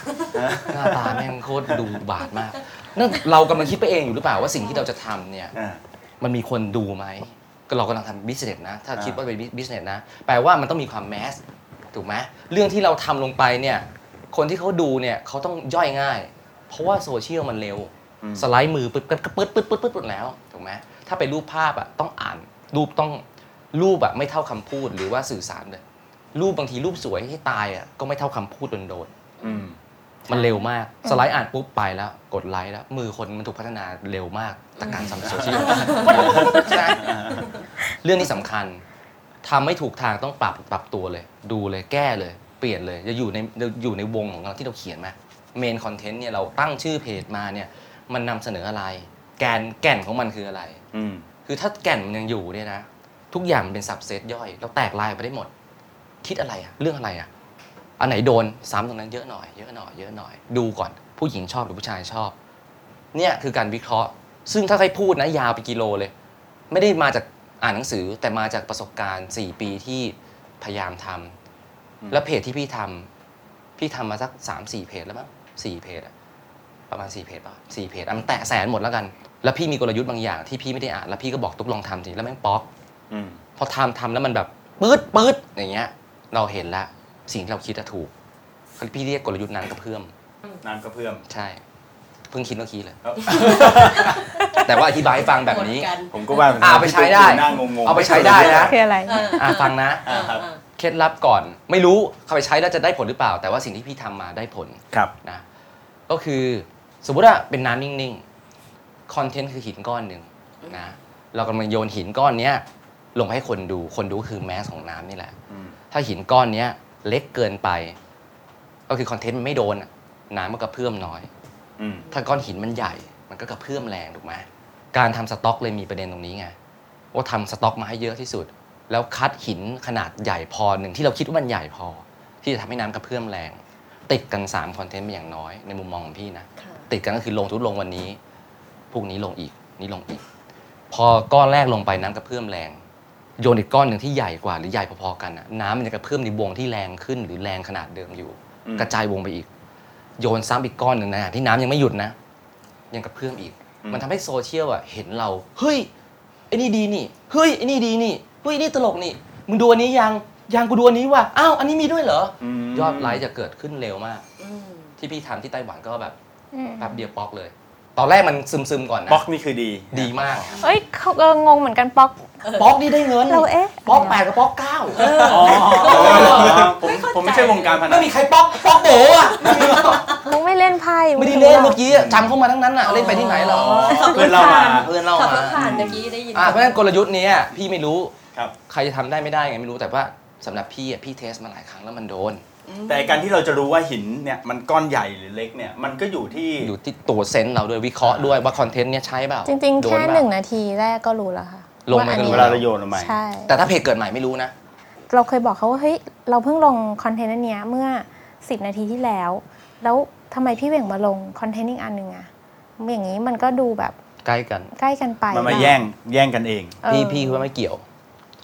[SPEAKER 5] หน้าตาแม่งโคตรดูบาดมากนั่นเรากำลังคิดไปเองอยู่หรือเปล่าว่าสิ่งที่เราจะทำเนี่ย
[SPEAKER 2] อ่า
[SPEAKER 5] มันมีคนดูไหม ก็เรากำลังทำบิสเนสนะ ถ้า
[SPEAKER 2] อ่า
[SPEAKER 5] คิดว่าเป็นบิสเนสนะ แปลว่ามันต้องมีความแมส ถูกไหม เรื่องที่เราทำลงไปเนี่ย คนที่เขาดูเนี่ยเขาต้องย่อยง่าย เพราะว่าโซเชียลมันเร็ว สไลด์มือปึ๊บก็ปึ๊ดปึ๊ดปึ๊ดปึ๊ดปึ๊ดแล้ว ถูกไหม ถ้าเป็นรูปภาพอ่ะต้องอ่าน รูปต้องรูปอ่ะไม่เท่าคำพูดหรือว่าสื่อสารเลย รูปบางทีรูปสวยให้ตายอ่ะก็ไม่เท่าคำพูดโดนๆ
[SPEAKER 2] อืม
[SPEAKER 5] มันเร็วมาก สไลด์อ่านปุ๊บไปแล้ว กดไลค์แล้ว มือคนมันถูกพัฒนาเร็วมากจากการทำโซเชียลใช่ไหมเรื่องนี้สำคัญทำไม่ถูกทางต้องปรับปรับตัวเลย ดูเลยแก้เลย เปลี่ยนเลยจะอยู่ในจะอยู่ในวงของเราที่เราเขียนไหมเมนคอนเทนต์เนี่ยเราตั้งชื่อเพจมาเนี่ยมันนำเสนออะไร แกนแก่นของมันคืออะไร
[SPEAKER 2] อืม
[SPEAKER 5] คือถ้าแก่นมันยังอยู่เนี่ยนะ ทุกอย่างมันเป็นสับเซตย่อยเราแตกลายออกไปได้หมด คิดอะไรอะเรื่องอะไรอะอันไหนโดนซ้ำตรงนั้นเยอะหน่อยเยอะหน่อยเยอะหน่อย ดูก่อนผู้หญิงชอบหรือผู้ชายชอบ เนี่ยคือการวิเคราะห์ ซึ่งถ้าใครพูดนะยาวไปกิโลเลย ไม่ได้มาจากอ่านหนังสือแต่มาจากประสบการณ์ 4 ปีที่พยายามทำ
[SPEAKER 2] อืม
[SPEAKER 5] และเพจที่พี่ทำพี่ทำมาสัก3 4เพจแล้วมั้งสี่เพจอะ ประมาณ 4 เพจป่ะสี่เพจอ่ะมันแตะแสนหมดแล้วกัน แล้วพี่มีกลยุทธ์บางอย่างที่พี่ไม่ได้อ่าน แล้วพี่ก็บอกตุ๊กลองทำสิแล้วแม่งป๊อก
[SPEAKER 2] อืม
[SPEAKER 5] พอทำทำแล้วมันแบบปื๊ดปื๊ดอย่างเงี้ย เราเห็นละสิ่งที่เราคิดอะถูกพี่เรียกกลยุทธ์นั้นกระเพื่อม
[SPEAKER 2] น้ำกระเพื่อม
[SPEAKER 5] ใช่ เพิ่งคิดเมื่อกี้เลย
[SPEAKER 2] ครับ
[SPEAKER 5] แต่ว่าอธิบายให้ฟังแบบนี้
[SPEAKER 4] โหดกัน
[SPEAKER 2] ผมก็ว่า
[SPEAKER 5] อ่าเอาไปใช้ได้
[SPEAKER 2] หน้างงๆ
[SPEAKER 5] เอาไปใช้ได้นะ
[SPEAKER 6] คืออะไร
[SPEAKER 4] เออ
[SPEAKER 5] อ่าฟังนะ
[SPEAKER 4] เออเออ
[SPEAKER 5] เคล็ดลับก่อน ไม่รู้เขาไปใช้แล้วจะได้ผลหรือเปล่า แต่ว่าสิ่งที่พี่ทำมาได้ผล
[SPEAKER 2] ครับ
[SPEAKER 5] นะก็คือสมมุติว่าเป็นน้ำนิ่งๆคอนเทนต์คือหินก้อนหนึ่งนะเรากำลังโยนหินก้อนเนี้ยลงให้คนดูคนดูก็คือแมสของน้ำนี่แหละ
[SPEAKER 2] อืม
[SPEAKER 5] ถ้าหินก้อนเนี้ยเล็กเกินไป ก็คือคอนเทนต์มันไม่โดนอะน้ำมันกระเพื่อมน้อย
[SPEAKER 2] อืม
[SPEAKER 5] ถ้าก้อนหินมันใหญ่ มันก็กระเพื่อมแรงถูกไหมการทำสต็อกเลยมีประเด็นตรงนี้ไง ว่าทำสต็อกมาให้เยอะที่สุด แล้วคัดหินขนาดใหญ่พอหนึ่งที่เราคิดว่ามันใหญ่พอ ที่จะทำให้น้ำกระเพื่อมแรง ติดกัน3คอนเทนต์เป็นอย่างน้อยในมุมมองของพี่นะ
[SPEAKER 4] ค่ะ
[SPEAKER 5] ติดกันก็คือลงทุกลงวันนี้พรุ่งนี้ลงอีก นี้ลงอีก พอก้อนแรกลงไปน้ำกระเพื่อมแรง โยนอีกก้อนหนึ่งที่ใหญ่กว่าหรือใหญ่พอๆกันน่ะน้ำมันจะกระเพื่อมในวงที่แรงขึ้น หรือแรงขนาดเดิมอยู่
[SPEAKER 2] อืม
[SPEAKER 5] กระจายวงไปอีก โยนซ้ำอีกก้อนหนึ่งนะที่น้ำยังไม่หยุดนะ ยังกระเพื่อมอีก มันทำให้โซเชียลอ่ะเห็นเราเฮ้ยไอ้นี่ดีนี่เฮ้ยไอ้นี่ดีนี่เฮ้ยนี่ตลกนี่มึงดูอันนี้ยังยังกูดูอันนี้ว่ะอ้าวอันนี้มีด้วยเหรออ
[SPEAKER 2] ม
[SPEAKER 5] ยอดไลค์จะเกิดขึ้นเร็วมาก
[SPEAKER 4] อืม
[SPEAKER 5] ที่พี่ทำที่ไต้หวันก็แบบ
[SPEAKER 6] อืม
[SPEAKER 5] แป๊บเดียวป๊อกเลย ตอนแรกมันซึมซึมๆก่อนนะ
[SPEAKER 2] บล็อกนี่คือดี
[SPEAKER 5] ดีมาก
[SPEAKER 6] เอ้ยเขาเอองงเหมือนกันป๊อก
[SPEAKER 5] ป๊อกนี่ได้เงิน
[SPEAKER 6] เราเอ๊ะ
[SPEAKER 5] ป๊อกแปดกับป๊อกเก้า
[SPEAKER 2] อ๋อผมผมไม่ใช่วงการพนั
[SPEAKER 5] ไม่
[SPEAKER 2] น
[SPEAKER 5] มีใครป๊อกป๊อกโบอ่ะ
[SPEAKER 6] มึงไม่เล่นไพ่ง
[SPEAKER 5] ไม่ได้
[SPEAKER 6] ถึง
[SPEAKER 5] เล่น
[SPEAKER 6] หร
[SPEAKER 5] เมื่
[SPEAKER 6] อก
[SPEAKER 5] อกี้อะจำเข้ามาทั้งนั้นอ่ะเล่นไปที่ไหนหรอ
[SPEAKER 2] เพื่อนเรามา
[SPEAKER 5] เพื่อนเรา
[SPEAKER 4] ขับร
[SPEAKER 5] มา
[SPEAKER 4] ถผ่านเมื่อกี้ได้ยิน
[SPEAKER 5] อ่ะเพราะฉะนั้นกลยุทธ์เนี้ยพี่ไม่รู้
[SPEAKER 2] ครับ
[SPEAKER 5] ใครจะทำได้ไม่ได้ไงไม่รู้แต่ว่าสำหรับพี่อ่ะพี่เทสมาหลายครั้งแล้วมันโดน
[SPEAKER 2] แต่การที่เราจะรู้ว่าหินเนี่ยมันก้อนใหญ่หรือเล็กเนี่ยมันก็อยู่ที่
[SPEAKER 5] อยู่ที่ตัวเซนส์เราด้วยวิเคราะห์ด้วยว่าคอนเทนต์เนี้ยใช้เปล่า
[SPEAKER 6] จริง ๆ
[SPEAKER 5] โด
[SPEAKER 6] แค่
[SPEAKER 5] เปล่า
[SPEAKER 6] หนึ่งนาทีแรกก็รู้แล้วค่ะ
[SPEAKER 5] ลง
[SPEAKER 6] ว่
[SPEAKER 5] ไป
[SPEAKER 6] อัน
[SPEAKER 5] กัน
[SPEAKER 6] นี้
[SPEAKER 2] เวลาเราโยนลงไป
[SPEAKER 6] ใช่
[SPEAKER 5] แต่ถ้าเพจเกิดใหม่ไม่รู้นะ
[SPEAKER 6] เราเคยบอกเขาว่าเฮ้ยเราเพิ่งลงคอนเทนต์อันเนี้ยเมื่อ 10 นาทีที่แล้ว แล้วทำไมพี่เหว่งมาลงคอนเทนต์อีกอันหนึ่งอะอย่างนี้มันก็ดูแบบ
[SPEAKER 5] ใกล้กัน
[SPEAKER 6] ใกล้กันไป
[SPEAKER 2] มันมาแย่งแย่งกันเอง
[SPEAKER 6] เออ
[SPEAKER 5] พี่พี่คือว่าไม่เกี่ยว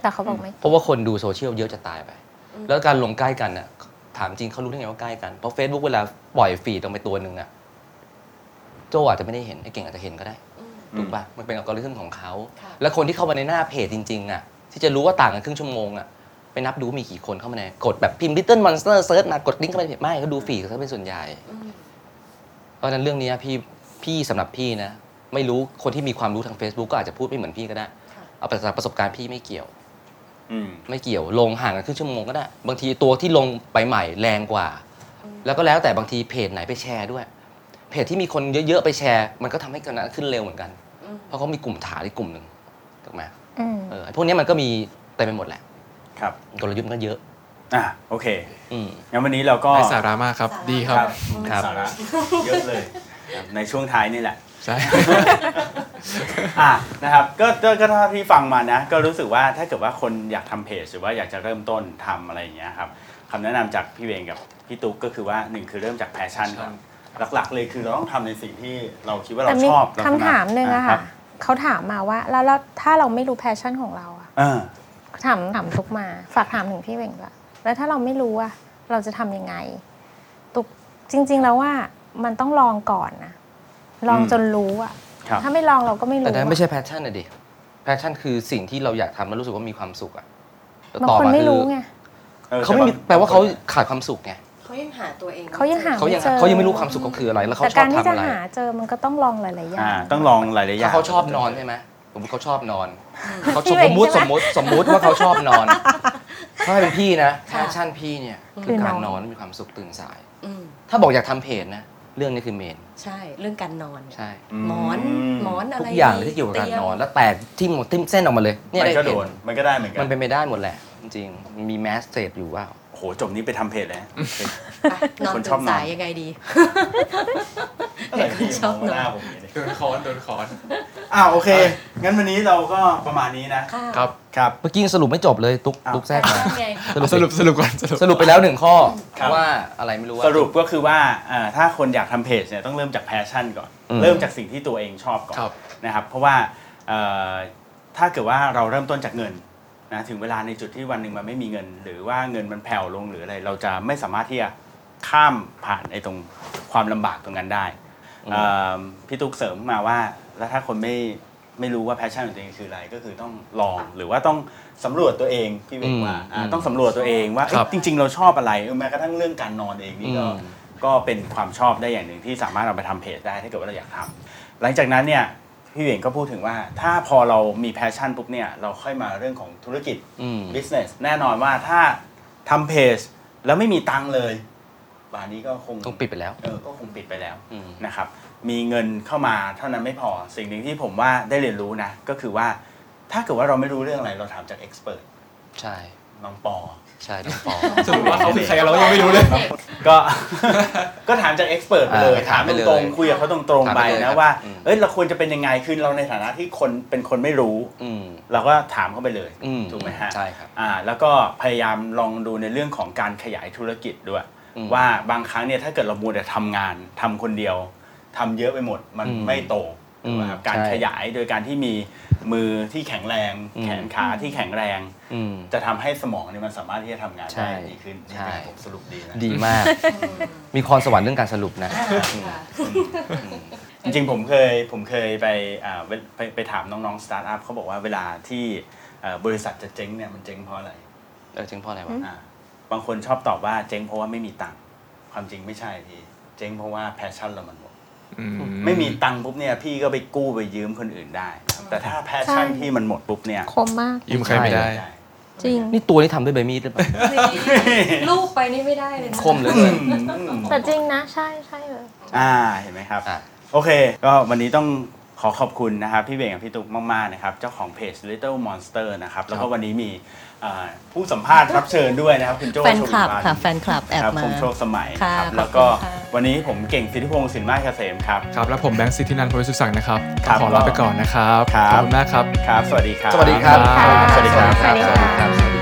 [SPEAKER 6] แต่เขาบอกไม่
[SPEAKER 5] เพราะว่าคนดูโซเชียลเยอะจะตายไป แล้วการลงใกล้กันน่ะถามจริงเขารู้ได้ไงว่าใกล้กัน เพราะ Facebook เวลาปล่อยฟีดลงไปตัวหนึ่งน่ะโจอาจจะไม่ได้เห็นไอ้เก่งอาจจะเห็นก็ได้
[SPEAKER 2] อืม
[SPEAKER 5] ถูกป่ะ มันเป็นอัลกอริทึมของเขา
[SPEAKER 4] ค่ะ
[SPEAKER 5] แล้วคนที่เข้ามาในหน้าเพจจริงๆอ่ะที่จะรู้ว่าต่างกันครึ่งชั่วโมงอ่ะไปนับดูว่ามีกี่คนเข้ามาในกดแบบพิมพ์ Little Monster เซิร์ชมากดลิงก์เข้าไปในเพจไม่เขาดูฟีดเขาเป็นส่วนใหญ่ เพราะฉะนั้นเรื่องเนี้ยพี่พี่สำหรับพี่นะ ไม่รู้คนที่มีความรู้ทาง Facebook ก็อาจจะพูดไม่เหมือนพี่ก็ได้
[SPEAKER 4] ค่ะ
[SPEAKER 5] เอาประสบประสบการณ์พี่ไม่เกี่ยว
[SPEAKER 2] อืม
[SPEAKER 5] ไม่เกี่ยวลงห่างกันครึ่งชั่วโมงก็ได้ บางทีตัวที่ลงไปใหม่แรงกว่า แล้วก็แล้วแต่บางทีเพจไหนไปแชร์ด้วย เพจที่มีคนเยอะๆไปแชร์ มันก็ทำให้กันนั้นขึ้นเร็วเหมือนกัน เพราะเขามีกลุ่มฐานอีกกลุ่มหนึ่งถูกไหม
[SPEAKER 6] อืม
[SPEAKER 5] เออไอ้พวกเนี้ยมันก็มีเต็มไปหมดแหละ
[SPEAKER 2] ครับ
[SPEAKER 5] กลยุทธ์มันก็เยอะ
[SPEAKER 2] อ่ะ โอเค
[SPEAKER 5] อืม
[SPEAKER 2] งั้นวันนี้เราก็
[SPEAKER 3] ได้สาระมากครับ ดีครับ
[SPEAKER 5] ครับ
[SPEAKER 2] สาระเยอะเลยครับ ในช่วงท้ายนี่แหละ
[SPEAKER 3] ใช่
[SPEAKER 2] อ่ะนะครับก็ก็ก็เท่าที่ฟังมานะ ก็รู้สึกว่าถ้าเกิดว่าคนอยากทำเพจหรือว่าอยากจะเริ่มต้นทำอะไรอย่างเงี้ยครับคำแนะนำจากพี่เวงกับพี่ตุ๊กก็คือว่าหนึ่งคือเริ่มจากแพชชั่นก่อนหลักๆ เลยคือเราต้องทำในสิ่งที่เราคิดว่าเรา
[SPEAKER 6] แต่มี
[SPEAKER 2] ชอบเรถนัด
[SPEAKER 6] คำถามหนึ่งอะ
[SPEAKER 2] รั
[SPEAKER 6] ค่ะ
[SPEAKER 2] บ
[SPEAKER 6] เขาถามมาว่าแล้วแล้วถ้าเราไม่รู้แพชชั่นของเราอะ
[SPEAKER 2] เออ
[SPEAKER 6] ถามถามทุกมา ฝากถามถึงพี่เหว่งละแล้วถ้าเราไม่รู้อะเราจะทำยังไง ตุกจริง ๆ แล้วว่ามันต้องลองก่อนนะลองจนรู้อะ
[SPEAKER 2] ครับ
[SPEAKER 6] ถ้าไม่ลองเราก็ไม่
[SPEAKER 5] แต่
[SPEAKER 6] รู้
[SPEAKER 5] นั้นไม่
[SPEAKER 6] อะ
[SPEAKER 5] ใช่แพชชั่นนะดิแพชชั่นคือสิ่งที่เราอยากทำแล้วรู้สึกว่ามีความสุขอ่ะแต่
[SPEAKER 6] บาง
[SPEAKER 5] ต่อ
[SPEAKER 6] คน
[SPEAKER 5] มา
[SPEAKER 6] ไม่
[SPEAKER 5] คือ
[SPEAKER 6] รู้ไง
[SPEAKER 2] ออ
[SPEAKER 5] เขาไม่มีแปลว่าเขาขาดความสุขไง
[SPEAKER 4] เขายังหาตัวเอง
[SPEAKER 6] เขายังหา
[SPEAKER 5] เขายัง
[SPEAKER 6] ไม่เจอ
[SPEAKER 5] เขายังไม่รู้ความสุขเขาคืออะไร แล้วเขา
[SPEAKER 6] แต่
[SPEAKER 5] ช
[SPEAKER 6] กา
[SPEAKER 5] อบ
[SPEAKER 6] รที่
[SPEAKER 5] ทำ
[SPEAKER 6] จะ
[SPEAKER 5] อะไร
[SPEAKER 6] หาเจอมันก็ต้องลองหลายๆอย่า
[SPEAKER 2] อ่าง ต้องลองหลายๆอย่า
[SPEAKER 5] ถ้าง เขาชอบนอนใช่ไหมสมมติเขาชอบนอนเขา
[SPEAKER 6] พี่
[SPEAKER 5] สมมติ
[SPEAKER 6] เวงใช่
[SPEAKER 5] สม
[SPEAKER 6] ไหม
[SPEAKER 5] มติสมมติว่าเขาชอบนอน ถ้าเป็นพี่นะแพชชั่นพี่เนี่ยคือการ
[SPEAKER 6] คือน
[SPEAKER 5] น
[SPEAKER 6] อ
[SPEAKER 5] อน นมีความสุขตื่นสาย
[SPEAKER 4] อืม
[SPEAKER 5] ถ้าบอกอยากทำเพจนะเรื่องนี้คือเมน
[SPEAKER 4] ใช่เรื่องการนอนเนี่ย
[SPEAKER 5] ใช่
[SPEAKER 4] หมอนหมอนอะ
[SPEAKER 5] ทุ
[SPEAKER 4] ไร
[SPEAKER 5] กอย่างที่เกี่ยวกับการนอนแล้วแตกทิ่มหมดทิ่มเส้นออกมาเลยเนี่ย
[SPEAKER 2] มัน
[SPEAKER 5] ได้
[SPEAKER 2] ก็
[SPEAKER 5] เห็
[SPEAKER 2] โด
[SPEAKER 5] น
[SPEAKER 2] นมันก็ได้เหมือนกั
[SPEAKER 5] มัน
[SPEAKER 2] น
[SPEAKER 5] เป็นไปได้หมดแหละ จริงๆมีแมสเซจอยู่ว่า
[SPEAKER 2] โอ้โหจบนี้ไปทำเพจเลยนะ
[SPEAKER 4] ไปนอน
[SPEAKER 2] คนช
[SPEAKER 4] ตื่
[SPEAKER 2] อบ
[SPEAKER 4] น
[SPEAKER 2] นอน
[SPEAKER 4] สายยังไงดี
[SPEAKER 2] อะไรที่
[SPEAKER 4] ชอบ
[SPEAKER 2] มองหน้าผ
[SPEAKER 4] เนอะ
[SPEAKER 2] มอย่างนี้
[SPEAKER 3] โดนคอนโดนคอน
[SPEAKER 2] อ้าวโอเค งั้นวันนี้เราก็ประมาณนี้นะ
[SPEAKER 4] ะ
[SPEAKER 3] ครับ
[SPEAKER 2] ครับ
[SPEAKER 5] เมื่อกี้ยังสรุปไม่จบเลยตุ๊ก
[SPEAKER 2] อ้าว
[SPEAKER 5] ตุ๊กแทรกมา
[SPEAKER 4] ไง
[SPEAKER 5] สรุป
[SPEAKER 3] สรุปส รุปก่อนสรุป
[SPEAKER 5] สรุปไปแล้วหนึ่งข้อ
[SPEAKER 2] ครับ
[SPEAKER 5] ว่าอะไรไม่รู้ว่า
[SPEAKER 2] สรุปก็คือว่าเอ่อถ้าคนอยากทำเพจเนี่ยต้องเริ่มจากแพชชั่นก่อน
[SPEAKER 5] อืม
[SPEAKER 2] เริ่มจากสิ่งที่ตัวเองชอบก่อน
[SPEAKER 3] ครับ
[SPEAKER 2] นะครับเพราะว่าเอ่อถ้าเกิดว่าเราเริ่มต้นจากเงินนะถึงเวลาในจุดที่วันหนึ่งมันไม่มีเงิน หรือว่าเงินมันแผ่วลงหรืออะไร เราจะไม่สามารถที่จะข้ามผ่านไอ้ตรงความลำบากตรงนั้นได้เอ่อพี่ตุ๊กเสริมมาว่าแล้วถ้าคนไม่ไม่รู้ว่าแพชชั่นของตัวเองคืออะไรก็คือต้องลองหรือว่าต้องสำรวจตัวเองพี่เวกว่าอ่า
[SPEAKER 5] อืม
[SPEAKER 2] ต้องสำรวจตัวเองว่าเอ๊ะ
[SPEAKER 3] ครับ
[SPEAKER 2] จริง ๆ เราชอบอะไรเออแม้กระทั่งเรื่องการนอนเองนี่ก็
[SPEAKER 5] อืม
[SPEAKER 2] ก็เป็นความชอบได้อย่างหนึ่งที่สามารถเอาไปทำเพจได้ถ้าเกิดว่าเราอยากทำหลังจากนั้นเนี่ยพี่เหวยงก็พูดถึงว่า ถ้าพอเรามีแพชชั่นปุ๊บเนี่ยเราค่อยมาเรื่องของธุรกิจ
[SPEAKER 5] อืม
[SPEAKER 2] business แน่นอนว่าถ้าทำเพจแล้วไม่มีตังค์เลยป่านนี้ก็คง
[SPEAKER 5] ต้องปิดไปแล้ว
[SPEAKER 2] เออก็คงปิดไปแล้ว
[SPEAKER 5] อืม
[SPEAKER 2] นะครับ มีเงินเข้ามาเท่านั้นไม่พอสิ่งหนึ่งที่ผมว่าได้เรียนรู้นะ ก็คือว่าถ้าเกิดว่าเราไม่รู้เรื่องอะไรเราถามจากเอ็กซ์เพรส
[SPEAKER 5] ใช่
[SPEAKER 2] น้องปอ
[SPEAKER 5] ใช่ต้องฟ้อง
[SPEAKER 3] สรุปว่าเขาคือใครกันเราก็ยังไม่รู้เลย
[SPEAKER 2] ก็ ก็ถามจากเอ็กซ์เพรสไปเลย
[SPEAKER 5] อ่า
[SPEAKER 2] ถา
[SPEAKER 5] ถาม ม
[SPEAKER 2] ต
[SPEAKER 5] ไปเลย
[SPEAKER 2] รงๆคุยกับเขาตรงๆไป
[SPEAKER 5] ถามไปเลยครั
[SPEAKER 2] นะ
[SPEAKER 5] บ
[SPEAKER 2] ว่า
[SPEAKER 5] อืม
[SPEAKER 2] เอ้ยเราควรจะเป็นยังไงคือเราในฐานะที่คนเป็นคนไม่รู้
[SPEAKER 5] อืม
[SPEAKER 2] เราก็ถามเขาไปเลย
[SPEAKER 5] อืม
[SPEAKER 2] ถูกไหมฮะ
[SPEAKER 5] ใช่ครับ
[SPEAKER 2] อ่า แล้วก็พยายามลองดูในเรื่องของการขยายธุรกิจด้วย
[SPEAKER 5] อืม
[SPEAKER 2] ว่าบางครั้งเนี่ยถ้าเกิดเรามัวแต่ทำงานทำคนเดียวทำเยอะไปหมดมัน
[SPEAKER 5] อืม
[SPEAKER 2] ไม่โตถูกไหมครับ
[SPEAKER 5] อืม
[SPEAKER 2] การ
[SPEAKER 5] ใช่
[SPEAKER 2] ขยายโดยการที่มีมือที่แข็งแรง
[SPEAKER 5] อืม
[SPEAKER 2] แขนขาที่แข็งแรง
[SPEAKER 5] อืม
[SPEAKER 2] จะทำให้สมองเนี่ยมันสามารถที่จะทำงาน
[SPEAKER 5] ใช่
[SPEAKER 2] ได้ดีขึ้นนี่
[SPEAKER 5] ใช่
[SPEAKER 2] เป็นผมสรุปดีนะ
[SPEAKER 5] ดีมาก มีความสวรรค์เรื่องการสรุปนะ
[SPEAKER 2] จริงๆ ผมเคยผมเคยไปอ่าเวไปไปถามน้องๆ สตาร์ทอัพเขาบอกว่าเวลาที่เอ่อบริษัทจะเจ๊งเนี่ยมันเจ๊งเพราะอะไร
[SPEAKER 5] เออเจริงเพ่ออะไรวะ
[SPEAKER 2] อ่าบางคนชอบตอบว่าเจ๊งเพราะว่าไม่มีตังค์ความจริงไม่ใช่พี่เจ๊งเพราะว่าแพชชั่นเรามันหมด
[SPEAKER 3] อืม
[SPEAKER 2] ไม่มีตังค์ปุ๊บเนี่ยพี่ก็ไปกู้ไปยืมคนอื่นได้ครับแต่ถ้าแพชชั่นที่มันหมดปุ๊บเนี่ย
[SPEAKER 6] คมมาก
[SPEAKER 3] ยืมใครไม่ได้
[SPEAKER 2] ได้
[SPEAKER 6] จริง
[SPEAKER 5] นี่ตัวนี้ทำด้วยใบมีดหรือเปล่า
[SPEAKER 4] ลูกไปนี่ไม่ได้เลยนะ
[SPEAKER 5] คมเหลยเกิน
[SPEAKER 6] แต่จริงนะ ใช่ใช่เลย
[SPEAKER 2] อ่าเห็นไหมครับ
[SPEAKER 5] อ่ะ
[SPEAKER 2] โอเค ก็วันนี้ต้องข ขอขอบคุณนะครับพี่เบงกับพี่ตุ๊กมากๆนะครับเจ้าของเพจ Little Monster นะครับแล้วก็วันนี้มีเอ่อผู้สัมภาษณ์รับเชิญด้วยนะครับคุณโจ
[SPEAKER 4] แฟนคลับ
[SPEAKER 2] ชวิวัฒ
[SPEAKER 4] ค่ะ แฟนคลับแอบ
[SPEAKER 2] ครับ
[SPEAKER 4] มา
[SPEAKER 2] ผมโชคสมัย
[SPEAKER 4] ค่ะ
[SPEAKER 2] ครับ
[SPEAKER 4] ขอบคุณ
[SPEAKER 2] แล้วก็
[SPEAKER 4] ค่ะ
[SPEAKER 2] วันนี้ผมเก่งสิทธิพงศ์สินมาศเกษมครับ
[SPEAKER 3] ครับ แล้วผมแบงค์สิทธินันท์โพลิสุขสังค์นะครับ
[SPEAKER 2] ครับ
[SPEAKER 3] ขอลาไปก่อนนะครับ ขอบคุณมากครับ
[SPEAKER 2] ครับ สวัสดีครับ
[SPEAKER 3] สวัสดีครับ
[SPEAKER 2] สวัสดีครับ
[SPEAKER 6] สวัสดีค่ะ